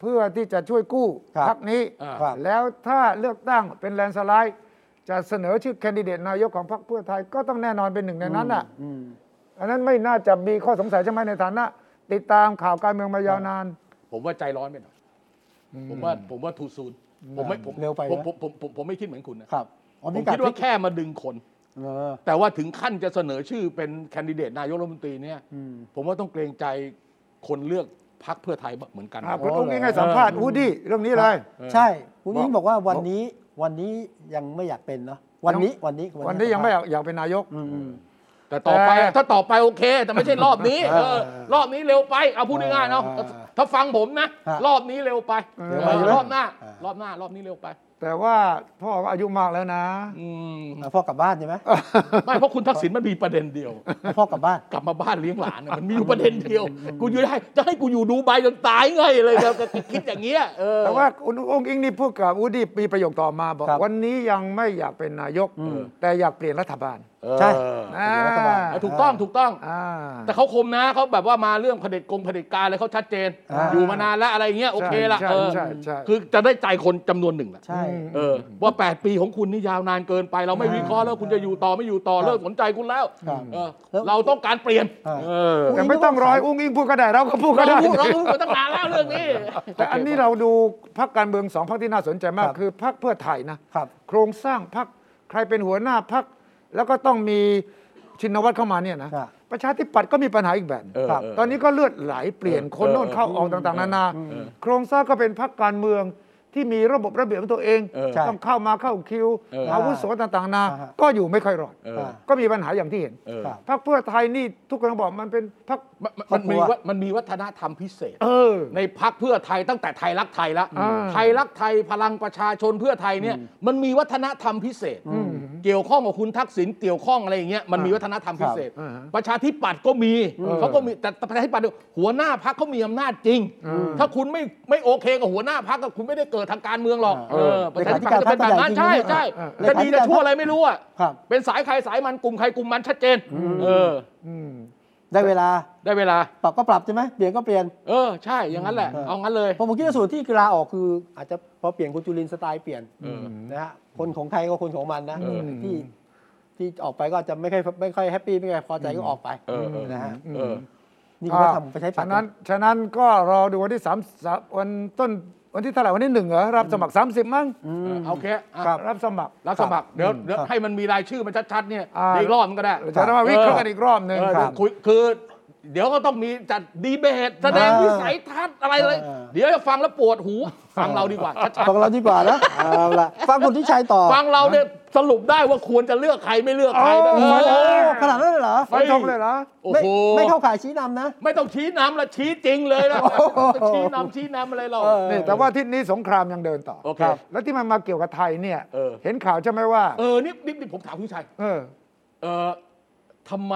Speaker 3: เพื่อที่จะช่วยกู้
Speaker 1: ครับ
Speaker 3: พักนี้
Speaker 2: อ่า
Speaker 1: ครับ
Speaker 3: แล้วถ้าเลือกตั้งเป็นแลนด์สไลด์ จะเสนอชื่อแคนดิเดตนายกของพรรคเพื่อไทยก็ต้องแน่นอนเป็นหนึ่งในนั้นอ่ะอันนั้นไม่น่าจะมีข้อสงสัยใช่ไหมในฐานะ ติดตามข่าวการเมืองมายาวนาน
Speaker 2: ผมว่าใจร้อนไปหน่อย ผมว่าผมว่าทูซูนผมไม่ผม
Speaker 1: เร็วไป
Speaker 2: ผม
Speaker 1: นะ
Speaker 2: ผมผมผมผมไม่คิดเหมือนคุณนะ
Speaker 1: ครับอ๋อ
Speaker 2: ผม
Speaker 1: มีการ
Speaker 2: คิด
Speaker 1: พลิ
Speaker 2: ว่าก แค่มาดึงคน
Speaker 1: เออ
Speaker 2: แต่ว่าถึงขั้นจะเสนอชื่อเป็นแคนดิเดตนายกรัฐมนตรีเนี่ยผมว่าต้องเกรงใจคนเลือกพักเพื่อไทยเหมือนกัน
Speaker 3: อ่ะคุณ
Speaker 1: อ๋อ
Speaker 3: อุ้งอิงให้
Speaker 1: เหรอ
Speaker 3: สัมภาษณ์วูดดี้เรื่องนี้เลย
Speaker 1: ใช่คุณยิ่งบอกว่าวันนี้วันนี้ยังไม่อยากเป็นเนาะวันนี้วันนี้
Speaker 3: วันนี้ยังไม่อยากอยากเป็นนายก
Speaker 1: อืมอืม
Speaker 2: แต่ต่อไป
Speaker 3: แต่
Speaker 2: ถ้าต่อไปโอเค แต่ไม่ใช่รอบนี้เออรอบนี้เร็วไปเอาพูดง่ายๆเนาะ
Speaker 1: อ่า
Speaker 2: ถ้าฟังผมนะ
Speaker 1: ฮะ
Speaker 2: รอบนี้เร็วไป
Speaker 1: เร็วไปใช่ไหม
Speaker 2: รอบหน้า
Speaker 1: อ่าร ร
Speaker 2: อบหน้ารอบนี้เร็วไป
Speaker 3: แต่ว่าพ่อก็อายุมากแล้วนะ
Speaker 2: อืม
Speaker 1: อ่ะพ่อกลับบ้านใช่ไหม
Speaker 2: ไม่เพราะคุณทักษิณมันมีประเด็นเดียว
Speaker 1: พ่อกลับบ้าน
Speaker 2: กลับมาบ้านเลี้ยงหลานน่ะมันมีอยู่ประเด็นเดียว กูอยู่ได้จะให้กูอยู่ดูใบจนตายไงเลยครับก็ก็คิดอย่างเงี้ยเออ
Speaker 3: แต่ว่าคุณองค์อิงนี่พูดกับวูดดี้มีประโยคต่อมาบอก
Speaker 1: ครับ
Speaker 3: วันนี้ยังไม่อยากเป็นนายก แต่อยากเปลี่ยนรัฐบาล
Speaker 2: เออ
Speaker 1: ใช่
Speaker 3: อ่า
Speaker 1: รัฐบาล
Speaker 2: อ่ะถูกต้องถูกต้อง
Speaker 3: อ่า
Speaker 2: แต่เขาคมนะเขาแบบว่ามาเรื่องเผด็จกงเผด็จการอะไรเขาชัดเจน
Speaker 1: อ่า
Speaker 2: อยู่มานานแล้วอะไรเงี้ยโอเคละ
Speaker 3: ใช่
Speaker 2: เออ
Speaker 3: ใช่ใช่
Speaker 2: คือจะได้ใจคนจำนวนหนึ่งละ
Speaker 1: ใช่
Speaker 2: เออว่า 8 ปีของคุณนี่ยาวนานเกินไป เราไม่วิเคราะห์แล้วคุณจะอยู่ต่อไม่อยู่ต่อ
Speaker 1: ครับ
Speaker 2: เลิกสนใจคุณแล้ว
Speaker 1: ครับ
Speaker 2: เออ
Speaker 1: แล้ว
Speaker 2: เราต้องการเปลี่ยน
Speaker 1: อ่า
Speaker 2: เออ
Speaker 3: แต่ไม่ต้องรอยอุ้งอิงพูดก็ได้เราก็พูดก็
Speaker 2: เรา
Speaker 3: ได้
Speaker 2: พูดเราพูดมาตั้งนานแล้วเรื่องนี้
Speaker 3: แต่อันนี้เราดูพรรคการเมืองสองพรรคที่น่าสนใจมาก
Speaker 1: ครับ
Speaker 3: คือพรรคเพื่อไทยนะ
Speaker 1: ครับ
Speaker 3: โครงสร้างพรรคใครเป็นหัวหน้าพรรคแล้วก็ต้องมีชินวัตรเข้ามาเนี่ยนะครับ ประชาธิปัตย์ก็มีปัญหาอีกแบบ
Speaker 2: เออ
Speaker 3: ครับ
Speaker 2: เออ
Speaker 3: ตอนนี้ก็เลือดไหลเปลี่ยนคน
Speaker 2: เออ
Speaker 3: โน่นเข้า
Speaker 2: เออ
Speaker 3: ออกต่างๆนานา
Speaker 2: เออเออ
Speaker 3: โครงสร้างก็เป็นพรรคการเมืองที่มีระบบระเบียบของตัวเอง
Speaker 2: เออ
Speaker 3: ต้องเข้ามาเข้าคิว
Speaker 2: เออ
Speaker 3: อาวุโสต่างๆนานา
Speaker 1: อ่าฮะ
Speaker 3: ก็อยู่ไม่ค่อยรอด
Speaker 2: เออ
Speaker 3: ก็มีปัญหาอย่างที่เห็น
Speaker 2: เออ
Speaker 1: ครับ
Speaker 3: พรรคเพื่อไทยนี่ทุกคนบอกมันเป็นพรรค
Speaker 2: มันมันมีวัฒมันมีวัฒนธรรมพิเศษ
Speaker 3: เออ
Speaker 2: ในพักเพื่อไทยตั้งแต่ไทยรักไทยแล้ว
Speaker 3: อ่า
Speaker 2: ไทยรักไทยพลังประชาชนเพื่อไทยเนี่ยมันมีวัฒนธรรมพิเศษ เกี่ยวข้องกับคุณทักษิณเกี่ยวข้องอะไรอย่างเงี้ยมันมีวัฒนธรรมพิเศษ
Speaker 3: อ่าฮะ
Speaker 2: ประชาธิปัตย์ก็มี
Speaker 3: เออ
Speaker 2: เขาก็มีแต่แต่ประชาธิปัตย์เนี่ยหัวหน้าพักเขามีอำนาจจริง ถ้าคุณไม่ไม่โอเคกับหัวหน้าพักก็คุณไม่ได้เกิดทางการเมืองหรอก
Speaker 3: เอ
Speaker 2: เอ
Speaker 3: อ
Speaker 2: อประชาธิปัตย์จะเป็นแบบนั้น
Speaker 4: เลขา
Speaker 2: ใช่
Speaker 4: ธิการพรรค
Speaker 2: ใช่
Speaker 4: เออ
Speaker 2: จะดีจะชั่วอะไรไม่รู้อ่ะ
Speaker 4: ครับ
Speaker 2: เป็นสายใครสายมันกลุ่มใครกลุ่มมันชัดเจนเออ
Speaker 3: อืม
Speaker 4: ได้เวลา
Speaker 2: ได้เวลา
Speaker 4: ปรับก็ปรับใช่ไหมเปลี่ยนก็เปลี่ยน
Speaker 2: เออใช่อย่างนั้นแหละ
Speaker 4: เออ
Speaker 2: เอางั้นเลย
Speaker 4: ผมคิดว่าส่วนที่กีฬาออกคือ อาจจะพอเปลี่ยนคุณจุลินทร์สไตล์เปลี่ยนนะฮะคนของใครก็คนของมันนะ
Speaker 2: เออ
Speaker 4: ที่ที่ออกไปก็จะไม่ค่อยไม่ค่อยแฮปปี้ไม่ค่อยพอใจก็ออกไป
Speaker 2: เออเออ
Speaker 4: นะฮะ
Speaker 2: เออ
Speaker 4: นี่คือว่าทำประชาธิปัต
Speaker 3: ฉะ
Speaker 4: ย์
Speaker 3: นั้น ฉะนั้นก็รอดูวันที่สามสามวันต้นวันที่เท่าไหร่วันที่หนึ่งเหรอรับสมัคร 30 มั้ง
Speaker 2: เอาแค่อ่ะ
Speaker 3: ครับรับสมัคร
Speaker 2: รับสมัครเดี๋ยวเดี๋ยวให้มันมีรายชื่อมันชัดๆเนี่ย
Speaker 3: า
Speaker 2: เดี๋ยวอีกรอบมันก็ได้
Speaker 3: เราจะได้มาวิเคราะห์กันอีกรอบหนึ่ง
Speaker 2: เออเดี๋ยว
Speaker 3: ครับ
Speaker 2: คุยคือ เดี๋ยวก็ต้องมีจัดดีเบตแสดงวิสัยทัศน์อะไรเลย เดี๋ยวจะฟังแล้วปวดหู ฟังเราดีกว่าชัด
Speaker 4: ฟังเราดีกว่านะเอาล่ะฟังคุณทิชัยต่อ
Speaker 2: ๆฟังเราเนี่ยสรุปได้ว่าควรจะเลือกใครไม่เลือกใครนะ
Speaker 3: โอ้
Speaker 2: เออ
Speaker 4: โอ้ขนาดนั้นเลยเหรอ
Speaker 3: ฟันธงเลยเหรอ
Speaker 2: โอ้
Speaker 4: ไม่
Speaker 2: โห
Speaker 4: ไม่เข้าข่ายชี้นำนะ
Speaker 2: ไม่ต้องชี้น้ำละชี้จริงเลยนะชี้น้ำชี้น้ำอะไรเรา
Speaker 3: นี่แต่ว่าที่นี้สงครามยังเดินต่อ
Speaker 2: โอเค
Speaker 3: แล้วที่มันมาเกี่ยวกับไทยเนี่ย
Speaker 2: เออ
Speaker 3: เห็นข่าวใช่ไหมว่า
Speaker 2: เออนี่นี่นี่ผมถามคุณชัย
Speaker 3: เออ
Speaker 2: เอ่อทำไม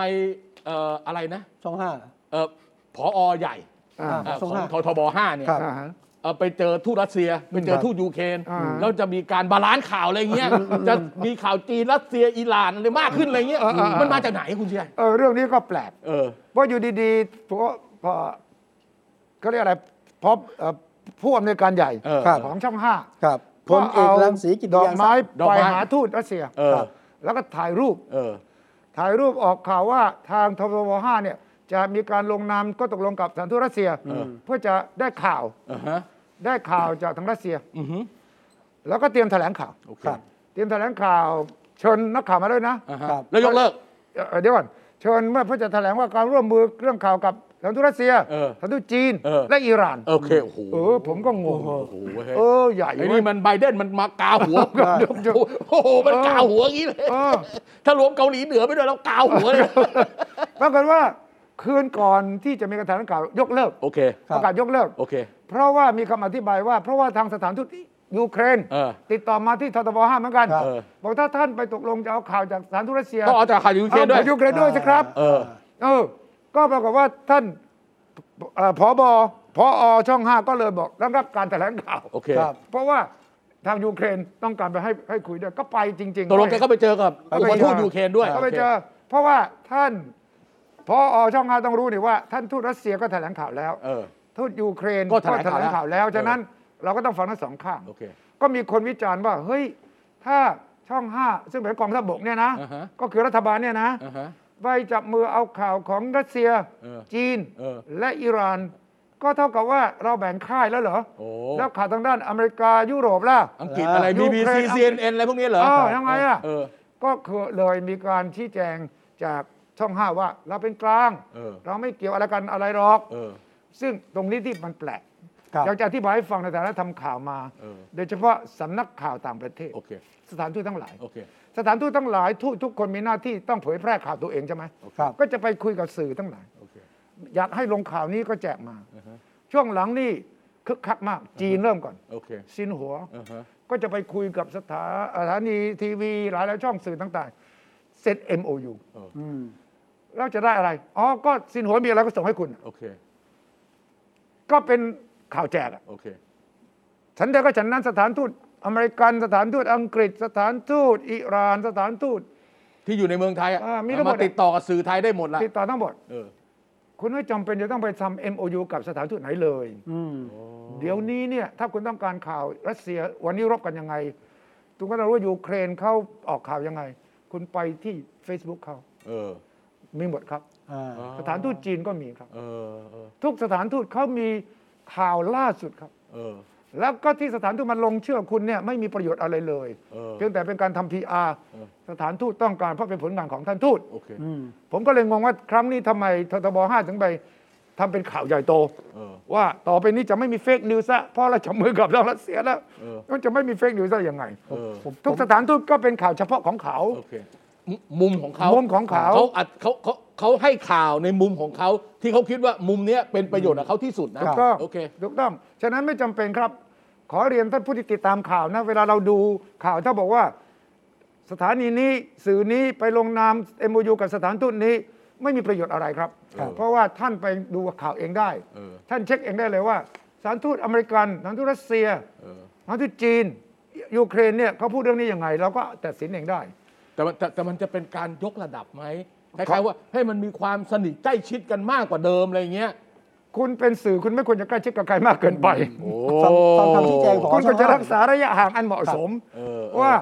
Speaker 2: เอ่ออะไรนะ
Speaker 4: ช่องห้า
Speaker 2: เอ่อผอใหญ่
Speaker 3: อ่า
Speaker 2: เอ่อ
Speaker 4: ส
Speaker 2: ข
Speaker 4: ง
Speaker 2: อง
Speaker 4: คราม
Speaker 2: ททบห้าเนี่ย
Speaker 3: อ่าฮะ
Speaker 2: เอ่อไปเจอทูตรัสเซีย ไปเจอทูตยูเครน
Speaker 3: อ่า
Speaker 2: แล้วจะมีการบาลานซ์ข่าวอะไรเงี้ยจะมีข่าวจีนรัสเซียอิหร่านอะไรมากขึ้นอะไรเงี้ยมันมาจากไหนคุณชัย
Speaker 3: เออเรื่องนี้ก็แปลก
Speaker 2: เออ
Speaker 3: ว่าอยู่ดีๆพอพอเขาเรียกอะไรพอเอ่อผู้อำนวยการใหญ่
Speaker 2: เออ
Speaker 3: ครับของช่องห้า
Speaker 4: ครับพ
Speaker 3: ก็
Speaker 4: ลเอกรังสีกิจ
Speaker 3: ด
Speaker 4: วิ
Speaker 3: อ
Speaker 4: ทยา
Speaker 3: ก
Speaker 4: ทรั
Speaker 3: ไม้
Speaker 4: พย์
Speaker 2: ดอก
Speaker 3: ไป
Speaker 2: ไม้
Speaker 3: หาทูตรัสเซีย
Speaker 2: เออ
Speaker 3: ครับแล้วก็ถ่ายรูป
Speaker 2: เออ
Speaker 3: ถ่ายรูปออกข่าวว่าทางทบวห้าเนี่ย จะมีการลงนามก็ตกลงกับสถานทูตรัสเซีย เพื่อจะได้ข่าว
Speaker 2: อ่าฮะ
Speaker 3: ได้ข่าวจากทางรัสเซีย
Speaker 2: อือฮึ
Speaker 3: แล้วก็เตรียมแถลงข่าว
Speaker 2: โอเค
Speaker 4: ครับ
Speaker 3: เตรียมแถลงข่าวเชิญนักข่าวมาด้วยนะ
Speaker 2: อ่าฮะ
Speaker 4: ครับ
Speaker 2: แล้วยกเลิก
Speaker 3: เอ่อเดี๋ยวก่อนเชิญว่าเพื่อจะแถลงว่าการร่วมมือเรื่องข่าวกับสถานทูตรัสเซีย
Speaker 2: เออ
Speaker 3: สถานทูตจีน
Speaker 2: เออ
Speaker 3: และอิหร่าน
Speaker 2: โอเคโอ้โห
Speaker 3: เออผมก็งง
Speaker 2: โอ้โหเว้ย
Speaker 3: เออใหญ่
Speaker 2: ไอ้
Speaker 3: เว้ย
Speaker 2: นี่มันไบเดนมันมากาหัวโอ้โหมันกาหัวอย่างนี้เลย
Speaker 3: เออ
Speaker 2: ถ้ารวมเกาหลีเหนือไปด้วยแล้วกาหัวเลย
Speaker 3: ปรากฏว่าคืนก่อนที่จะมีการแถลงข่าวยกเลิก
Speaker 2: โอเค
Speaker 4: ครับ
Speaker 3: ประกาศยกเลิก
Speaker 2: โอเค
Speaker 3: เพราะว่ามีคำอธิบายว่า เพราะว่าทางสถานทูตยูเครน
Speaker 2: เออ
Speaker 3: ติดต่อมาที่ททบห้าเหมือนกัน
Speaker 2: เออ
Speaker 3: บอกถ้าท่านไปตกลงจะเอาข่าวจากสถานทูตรัสเซีย
Speaker 2: ต้องเอาจากข่าวยูเครนด้วย
Speaker 3: เอายูเครนด้วยสิครับ
Speaker 2: เออ
Speaker 3: เออก็ปรากฏว่าท่านเอ่อผอบพอช่องห้าก็เลยบอกรับรับการแถลงข่าว
Speaker 2: โอเค
Speaker 4: ครับ
Speaker 3: เพราะว่าทางยูเครนต้องการไปให้ให้คุยด้วยก็ไปจริงๆ
Speaker 2: ตกลงแกก็ไปเจอกับ
Speaker 3: ไปเจ
Speaker 2: คน
Speaker 3: อ
Speaker 2: ทูตยูเครนด้วย
Speaker 3: ก็ไปเจ
Speaker 2: โ
Speaker 3: อเพราะว่าท่านพออช่องห้าต้องรู้นี่ว่า ท่านทูตรัสเซียก็แถลงข่าวแล้ว
Speaker 2: เออ
Speaker 3: ทูตยูเครน
Speaker 2: ก็แถลงข่าวแล้ว
Speaker 3: ข่าวแล้ว ฉะนั้น
Speaker 2: เอ
Speaker 3: เราก็ต้องฟังทั้งสองข้าง
Speaker 2: โอเค
Speaker 3: ก็มีคนวิจารณ์ว่าเฮ้ยถ้าช่องห้าซึ่งเป็นกองทัพบกเนี่ยนะ
Speaker 2: อ่าฮะ
Speaker 3: ก็คือรัฐบาลเนี่ยนะ
Speaker 2: อ่าฮะ
Speaker 3: ไปจับมือเอาข่าวของรัสเซีย
Speaker 2: เออ
Speaker 3: จีน
Speaker 2: เออ
Speaker 3: และอิหร่าน ก็เท่ากับว่าเราแบ่งค่ายแล้วเหรอ
Speaker 2: โอ้
Speaker 3: แล้วข่าวทางด้านอเมริกายุโรปล่ะ
Speaker 2: อังกฤษอะไร BBC
Speaker 3: ยูเครน
Speaker 2: CNN อะไรพวกนี้เหรอ
Speaker 3: เออยังไงอะ
Speaker 2: เออ
Speaker 3: ก็คือเลยมีการชี้แจงจากช่องห้าว่า เราเป็นกลาง
Speaker 2: เออ
Speaker 3: ไม่เกี่ยวอะไรกันอะไรหรอก
Speaker 2: เออ
Speaker 3: ซึ่งตรงนี้ที่มันแปลก
Speaker 4: ครับ
Speaker 3: อยากจะอธิบายให้ฟังในฐานะทำข่าวมา
Speaker 2: เออ
Speaker 3: โดยเฉพาะสำนักข่าวต่างประเทศ
Speaker 2: โอเค
Speaker 3: สถานทูตทั้งหลาย
Speaker 2: โอเค
Speaker 3: สถานทูตทั้งหลายทูตทุกคนมีหน้าที่ต้องเผยแพร่ข่าวตัวเองใช่ไหม
Speaker 4: ครับ
Speaker 3: ก็จะไปคุยกับสื่อทั้งหลาย
Speaker 2: โอเค
Speaker 3: อยากให้ลงข่าวนี้ก็แจกมา ช่วงหลังนี่คึกคักมาก จีนเริ่มก่อน
Speaker 2: โอเค
Speaker 3: ซินหัว
Speaker 2: อ่าฮะ
Speaker 3: ก็จะไปคุยกับสถาสถานีทีวี หลายหลายๆช่องสื่อต่างๆเซ็น MOU
Speaker 2: เออ
Speaker 4: อืม
Speaker 3: แล้วจะได้อะไร อ๋อ ก็สินหัวมีอะไรก็ส่งให้คุณ
Speaker 2: โอเค
Speaker 3: ก็เป็นข่าวแจกอะ
Speaker 2: โอเค
Speaker 3: ฉันใดก็ฉันนั้นสถานทูตอเมริกันสถานทูตอังกฤษ สถานทูตอิหร่านสถานทูต
Speaker 2: ที่อยู่ในเมืองไทยอ่ะ
Speaker 3: อ่ามีทั้งหมด
Speaker 2: มาติดต่อกับสื่อไทยได้หมดละ
Speaker 3: ติดต่อทั้งหมด
Speaker 2: เออ
Speaker 3: คุณไม่จำเป็นจะต้องไปทำ MOU กับสถานทูตไหนเลย
Speaker 4: อืม
Speaker 3: เดี๋ยวนี้เนี่ยถ้าคุณต้องการข่าวรัสเซียวันนี้รบกันยังไงคุณก็ต้องรู้ว่ายูเครนเขาออกข่าวยังไง คุณไปที่ Facebook เขา
Speaker 2: เออ
Speaker 3: มีหมดครับ
Speaker 4: อ่า
Speaker 3: สถานทูตจีนก็มีครับ
Speaker 2: เออ เออ
Speaker 3: ทุกสถานทูตเขามีข่าวล่าสุดครับ
Speaker 2: เออ
Speaker 3: แล้วก็ที่สถานทูตมันลงเชื่อคุณเนี่ยไม่มีประโยชน์อะไรเลย
Speaker 2: เออ
Speaker 3: เพียงแต่เป็นการทำ PR
Speaker 2: เออ
Speaker 3: สถานทูตต้องการเพราะเป็นผลงานของท่านทูต
Speaker 2: โอเค
Speaker 4: อืม
Speaker 3: ผมก็เลยงงว่าครั้งนี้ทำไมททบ5ถึงไปทำเป็นข่าวใหญ่โต
Speaker 2: เออ
Speaker 3: ว่าต่อไปนี้จะไม่มีเฟกนิวส์ละเพราะเราจับมือกับเรารัสเซียแล้ว
Speaker 2: เออ
Speaker 3: มันจะไม่มีเฟกนิวส์ได้ยังไง
Speaker 2: เออ
Speaker 3: ทุกสถานทูตก็เป็นข่าวเฉพาะของเขา
Speaker 2: โอเคมุมุมของเขา
Speaker 3: มุมของเขา
Speaker 2: เขาอัดเขาเขาเขาให้ข่าวในมุมของเขาที่เขาคิดว่ามุมเนี้ยเป็นประโยชน์กับเขาที่สุดนะ
Speaker 3: ถูกต้อง
Speaker 2: โอเค
Speaker 3: ถูกต้อง ฉะนั้นไม่จำเป็นครับ ขอเรียนท่านผู้ที่ติดตามข่าวนะ เวลาเราดูข่าวถ้าบอกว่า ส สถานีนี้สื่อนี้ไปลงนามเอ็มยูกับสถานทูตนี้ไม่มีประโยชน์อะไรครับ
Speaker 2: ครับ
Speaker 3: เพราะว่าท่านไปดูข่าวเองได้
Speaker 2: เออ
Speaker 3: ท่านเช็คเองได้เลยว่าสถานทูตอเมริกันสถานทูตรัสเซีย
Speaker 2: เออ
Speaker 3: ทั้งที่จีนยูเครนเนี่ยเขาพูดเรื่องนี้ยังไง เราก็ตัดสินเองได้
Speaker 2: แต่มันแต่แต่มันจะเป็นการยกระดับไหมคล้ายๆว่าให้มันมีความสนิทใกล้ชิดกันมากกว่าเดิมอะไรเงี้ย
Speaker 3: คุณเป็นสื่อคุณไม่ควรจะใกล้ชิดกับใครมากเกินไป
Speaker 4: ฟังฟังคำชี้แจงของ
Speaker 3: คุณควรจะรักษาระยะห่างอันเหมาะสม
Speaker 2: เออเออ
Speaker 3: ว่า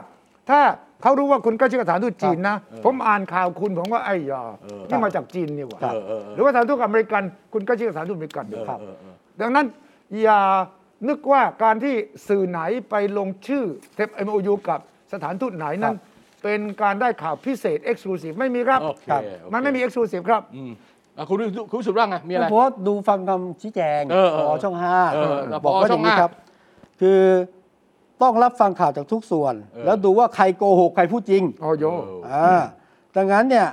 Speaker 3: ถ้าเขารู้ว่าคุณใกล้ชิดกับสถานทูตจีนนะ
Speaker 2: เออ
Speaker 3: ผมอ่านข่าวคุณผมว่าไอ้ยา
Speaker 2: เออ
Speaker 3: นี่มาจากจีนนี่หว่า
Speaker 2: เออเออเออ
Speaker 3: หรือว่าสถานทูตอเมริกันคุณใกล้ชิดกับสถานทูตอเมริกัน
Speaker 2: เอ
Speaker 3: เดี๋ย
Speaker 2: อ
Speaker 3: วครับ
Speaker 2: เออเออ
Speaker 3: ดังนั้นอย่านึกว่าการที่สื่อไหนไปลงชื่อเทป MOU กับสถานทูตไหนนั้น เป็นการได้ข่าวพิเศษ Exclusive ไม่มีครับ
Speaker 2: โอเค
Speaker 3: ครับ
Speaker 2: โอเค
Speaker 3: มันไม่มี Exclusive ครับ
Speaker 2: อืมอ่ะคุณรู้คุณรู้สึกว่าไงมีอะไร
Speaker 4: ผมว่าดูฟังคำชี้แจง
Speaker 2: เออเออ
Speaker 4: ขอช่องห้า
Speaker 2: เออแล้ว
Speaker 4: บอก
Speaker 2: ผอ
Speaker 4: ว่าอ
Speaker 2: ช่อย่าง
Speaker 4: งนี้
Speaker 2: ห้า
Speaker 4: ครับ คือต้องรับฟังข่าวจากทุกส่วน
Speaker 2: เออ
Speaker 4: แล้วดูว่าใครโกหกใครพูดจริง
Speaker 3: โอ้โย
Speaker 2: เออ
Speaker 4: อ่าดังนั้นเนี่ย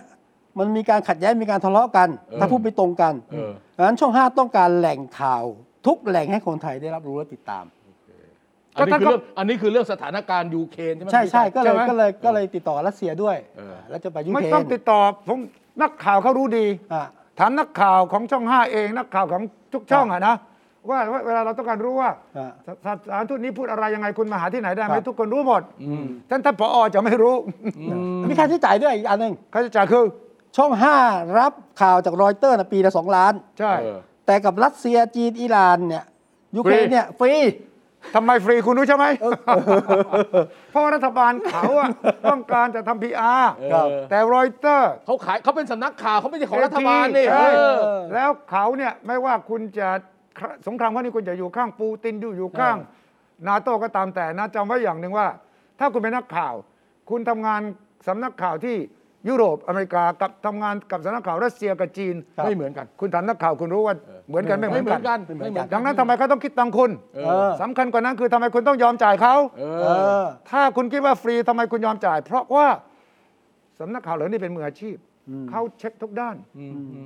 Speaker 4: มันมีการขัดแย้งมีการทะเลาะกัน
Speaker 2: เออ
Speaker 4: ถ้าพูดไปตรงกัน
Speaker 2: เออ
Speaker 4: ดังนั้นช่องห้าต้องการแหล่งข่าว ทุกแหล่งให้คนไทยได้รับรู้และติดตาม
Speaker 2: อันนี้
Speaker 3: ก็
Speaker 2: คือ
Speaker 3: ถ้าก็
Speaker 2: เรื่องอันนี้คือเรื่องสถานการณ์ยูเครนใช่ไหม
Speaker 4: ใช่ใช่
Speaker 2: พี่
Speaker 4: ก็
Speaker 2: ชั
Speaker 4: เลย
Speaker 2: ย
Speaker 3: ใช่ไหม
Speaker 4: ก็เลยก็เลยติดต่อรัสเซียด้วย
Speaker 2: เออ
Speaker 4: แล้วจะไปยูเครน
Speaker 3: ไม่ต้องติดต่อผมนักข่าวเขารู้ดี
Speaker 4: อ่ะ
Speaker 3: ถามนักข่าวของช่อง 5 เอง นักข่าวของทุกช่องอะนะว่าว่าเวลาเราต้องการรู้ว่า
Speaker 4: อ่า
Speaker 3: สสถานทูตนี้พูดอะไรยังไงคุณมาหาที่ไหนได้ไหม
Speaker 4: ครับ
Speaker 3: ทุกคนรู้หมดท่านท่านผอจะไม่รู้
Speaker 4: มีค่าใช้จ่ายด้วยอีกอันหนึ่ง
Speaker 3: ค่าใช้จ่ายคือ
Speaker 4: ช่องห้ารับข่าวจากรอยเตอร์นะปีละสองล้าน
Speaker 3: ใช่
Speaker 2: เออ
Speaker 4: แต่กับรัสเซียจีนอิหร่านเนี่ยยูเครนเนี่ยฟรี
Speaker 3: ทำไมฟรีคุณรู้ใช่ไหมเพราะว่ารัฐบาลเขาอะต้องการจะทำพีอาร์
Speaker 2: ครับ
Speaker 3: แต่รอยเตอร์
Speaker 2: เขาขายเขาเป็นสำนักข่าวเขาไม่ใช่ของรัฐบาลนี่
Speaker 3: ใช่
Speaker 2: เออ
Speaker 3: แล้วเขาเนี่ยไม่ว่าคุณจะสงครามครั้งนี้คุณจะอยู่ข้างปูตินอยู่อยู่ข้างนาโต้ก็ตามแต่นะจำไว้อย่างหนึ่งว่า ถ้าคุณเป็นนักข่าว คุณทำงานสำนักข่าวที่ยุโรปอเมริกากับทำงานกับสำนักข่าวรัสเซียกับจีน
Speaker 2: ครับไม่เหมือนกัน
Speaker 3: คุณถามนักข่าวคุณรู้ว่าเหมือนกันไม่เหมื
Speaker 2: ไม่
Speaker 3: อน
Speaker 2: เหมื
Speaker 3: กั
Speaker 2: อน นกันไม่เหมือนกั
Speaker 3: ดั
Speaker 2: น
Speaker 3: งนั้นทำไมเขาต้องคิดตังค์คุณ
Speaker 2: เอ
Speaker 4: อ
Speaker 3: สำคัญกว่านั้นคือทำไมคุณต้องยอมจ่ายเขา
Speaker 2: เอ
Speaker 4: เอ
Speaker 2: อ
Speaker 4: อ
Speaker 3: ถ้าคุณคิดว่าฟรีทำไมคุณยอมจ่าย เพราะว่าสำนักข่าวเหล่านี้เป็นมืออาชีพเขาเช็คทุกด้าน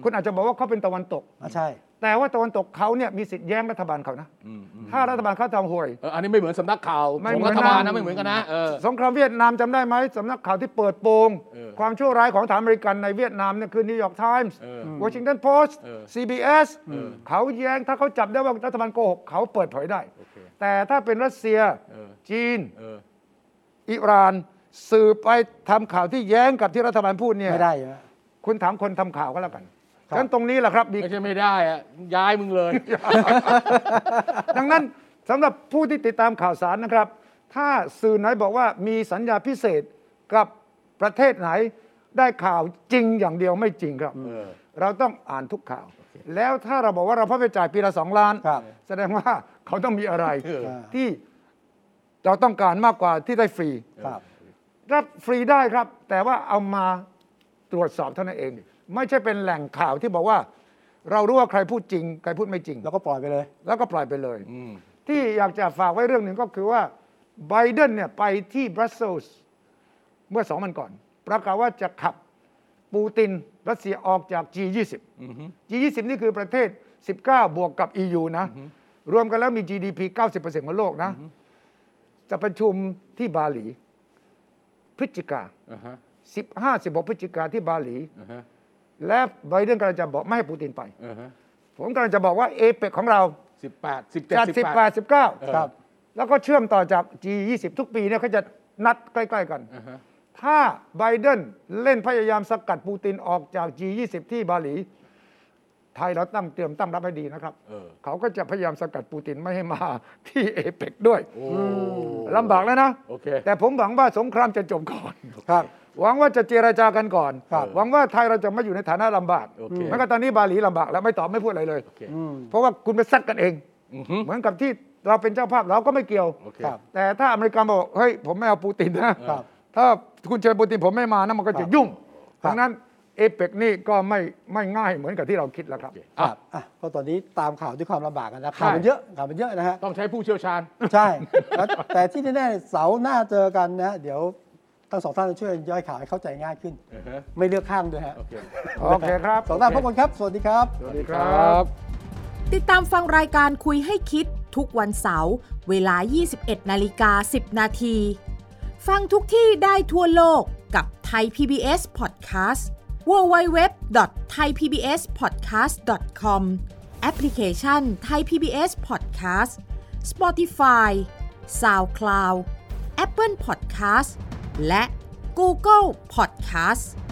Speaker 3: คุณอาจจะบอกว่าเขาเป็นตะวันตก
Speaker 4: อ่ะใช่
Speaker 3: แต่ว่าตะวันตกเขาเนี่ยมีสิทธิ์แย้งรัฐบาลเขานะ
Speaker 2: อืมอืม
Speaker 3: ถ้ารัฐบาลเขาทำห่วย
Speaker 2: เอออันนี้ไม่เหมือนสำนักข่าว
Speaker 3: ไม่
Speaker 2: ข
Speaker 3: เห
Speaker 2: อง
Speaker 3: มือน
Speaker 2: รัฐบาลนะ
Speaker 3: นะ
Speaker 2: ไม่เหมือนกันนะเออ
Speaker 3: สงครามเวียดนามจำได้ไหมสำนักข่าวที่เปิดโปง
Speaker 2: เออ
Speaker 3: ความชั่วร้ายของฐานอเมริกันในเวียดนามเนี่ยคือนิวยอร์กไทมส์
Speaker 2: เออ
Speaker 3: วอชิงตันโพสต์
Speaker 2: เออ
Speaker 3: CBS เขาแย้งถ้าเขาจับได้ว่ารัฐบาลโกหกเขาเปิดเผยได้ แต่ถ้าเป็นรัสเซีย
Speaker 2: เออ
Speaker 3: จีน
Speaker 2: เออ
Speaker 3: อิหร่าน สื่อไปทำข่าวที่แย้งกับที่รัฐบาลพูดเนี่ย
Speaker 4: ไม่ได้ใช่ไหม
Speaker 3: คุณถามคนทำข่าวก็แล้วกัน
Speaker 4: ครับ
Speaker 3: ฉะนั้นตรงนี้แหละครับมี
Speaker 2: ไม่ใช่ไม่ได้อะย้ายมึงเลย
Speaker 3: ดังนั้นสำหรับผู้ที่ติดตามข่าวสารนะครับ ถ้าสื่อไหนบอกว่ามีสัญญาพิเศษกับประเทศไหน ได้ข่าวจริงอย่างเดียวไม่จริงครับ
Speaker 2: เออ
Speaker 3: เราต้องอ่านทุกข่าว แล้วถ้าเราบอกว่าเราเพิ่งไปจ่ายปีละสองล้าน
Speaker 4: ครับ
Speaker 3: แสดงว่าเขาต้องมี อะไร
Speaker 2: เออ
Speaker 3: ที่เราต้องการมากกว่าที่ได้ฟรี
Speaker 4: ครับ
Speaker 3: รับฟรีได้ครับ แต่ว่าเอามาตรวจสอบเท่านั้นเอง ไม่ใช่เป็นแหล่งข่าวที่บอกว่า เรารู้ว่าใครพูดจริงใครพูดไม่จริง
Speaker 4: แล้วก็ปล่อยไปเลย
Speaker 3: แล้วก็ปล่อยไปเลย
Speaker 2: อืม
Speaker 3: ที่อยากจะฝากไว้เรื่องหนึ่งก็คือว่าไบเดนเนี่ยไปที่บรัสเซลส์เมื่อสองวันก่อน ประกาศว่าจะขับปูตินรัสเซียออกจาก G20 G20 นี่คือประเทศ 19 บวกกับ EU นะ รวมกันแล้วมี GDP 90%ของโลกนะ จะประชุมที่บาหลี พฤศจิกา
Speaker 2: อ่าฮะ
Speaker 3: 15 16พฤศจิกาที่บาหลี
Speaker 2: อ่าฮะ
Speaker 3: และไบเดนกำลังจะบอกไม่ให้ปูตินไป
Speaker 2: อ่าฮะ
Speaker 3: ผมกำลังจะบอกว่าเอเปกของเรา
Speaker 2: สิบแปดสิบเจ็ด
Speaker 3: จาก
Speaker 2: สิบ
Speaker 3: สิบ
Speaker 2: แป
Speaker 3: แป
Speaker 2: ด
Speaker 3: ดสิบเก้า
Speaker 2: เออ
Speaker 3: ครับ แล้วก็เชื่อมต่อจาก G20 ทุกปีเนี่ยเขาจะนัดใกล้ๆกัน
Speaker 2: อ่าฮะ
Speaker 3: ถ้าไบเดนเล่นพยายามสกัดปูตินออกจาก G20 ที่บาหลี ไทยเราตั้งเตรียมตั้งรับให้ดีนะครับ
Speaker 2: เออ
Speaker 3: เขาก็จะพยายามสกัดปูตินไม่ให้มา ที่เอเปกด้วย
Speaker 2: โอ้
Speaker 3: ลำบากแล้วนะ
Speaker 2: โอเค
Speaker 3: แต่ผมหวังว่าสงครามจะจบก่อน
Speaker 4: ครับ
Speaker 3: หวังว่าจะเจรจากันก่อน
Speaker 2: ครับ
Speaker 3: หวังว่าไทยเราจะไม่อยู่ในฐานะลำบาก
Speaker 2: โอเค
Speaker 3: แม้ก็ตอนนี้บาหลีลำบากแล้วไม่ตอบไม่พูดอะไรเลย
Speaker 2: โอเค
Speaker 4: อืม
Speaker 3: เพราะว่าคุณไปซัดกันเอง
Speaker 2: อือฮึ
Speaker 3: เหมือนกับที่เราเป็นเจ้าภาพเราก็ไม่เกี่ยว
Speaker 2: โอเค
Speaker 4: ครับ
Speaker 3: แต่ถ้าอเมริกาบอกเฮ้ยผมไม่เอาปูตินนะ
Speaker 4: ครับ
Speaker 3: ถ้าคุณเชิญปูตินผมไม่มานะมันก็จะยุ่ง
Speaker 4: ครับ
Speaker 3: ดังนั้นเอเปกนี่ก็ไม่ไม่ง่ายเหมือนกับที่เราคิดแล้วครับ
Speaker 4: ค
Speaker 2: อ่ะ
Speaker 4: รับอ่ะก็ตอนนี้ตามข่าวด้วยความลำบากกันนะข่าวมันเยอะข่าวมันเยอะนะฮะ
Speaker 2: ต้องใช้ผู้เชี่ยวชาญ
Speaker 4: ใช่แล้วแต่ที่แน่ๆเสาร์หน้าเจอกันนะ เดี๋ยวทั้งสองท่านจะช่วยย่อยข่าวให้เข้าใจง่ายขึ้น
Speaker 2: อ่าฮะ
Speaker 4: ไม่เลือกข้างด้วยฮะ
Speaker 2: โอเค
Speaker 3: โอเคครับ
Speaker 4: สองท่านพบกันครับ สวัสดีครับ
Speaker 3: สวัสดีครับ
Speaker 5: ติดตามฟังรายการคุยให้คิดทุกวันเสาร์เวลา 21 นาฬิกา 10 นาที ฟังทุกที่ได้ทั่วโลกกับไทย PBS Podcast www.thaipbspodcast.com แอปพลิเคชัน Thai PBS Podcast Spotify SoundCloud Apple Podcast และ Google Podcast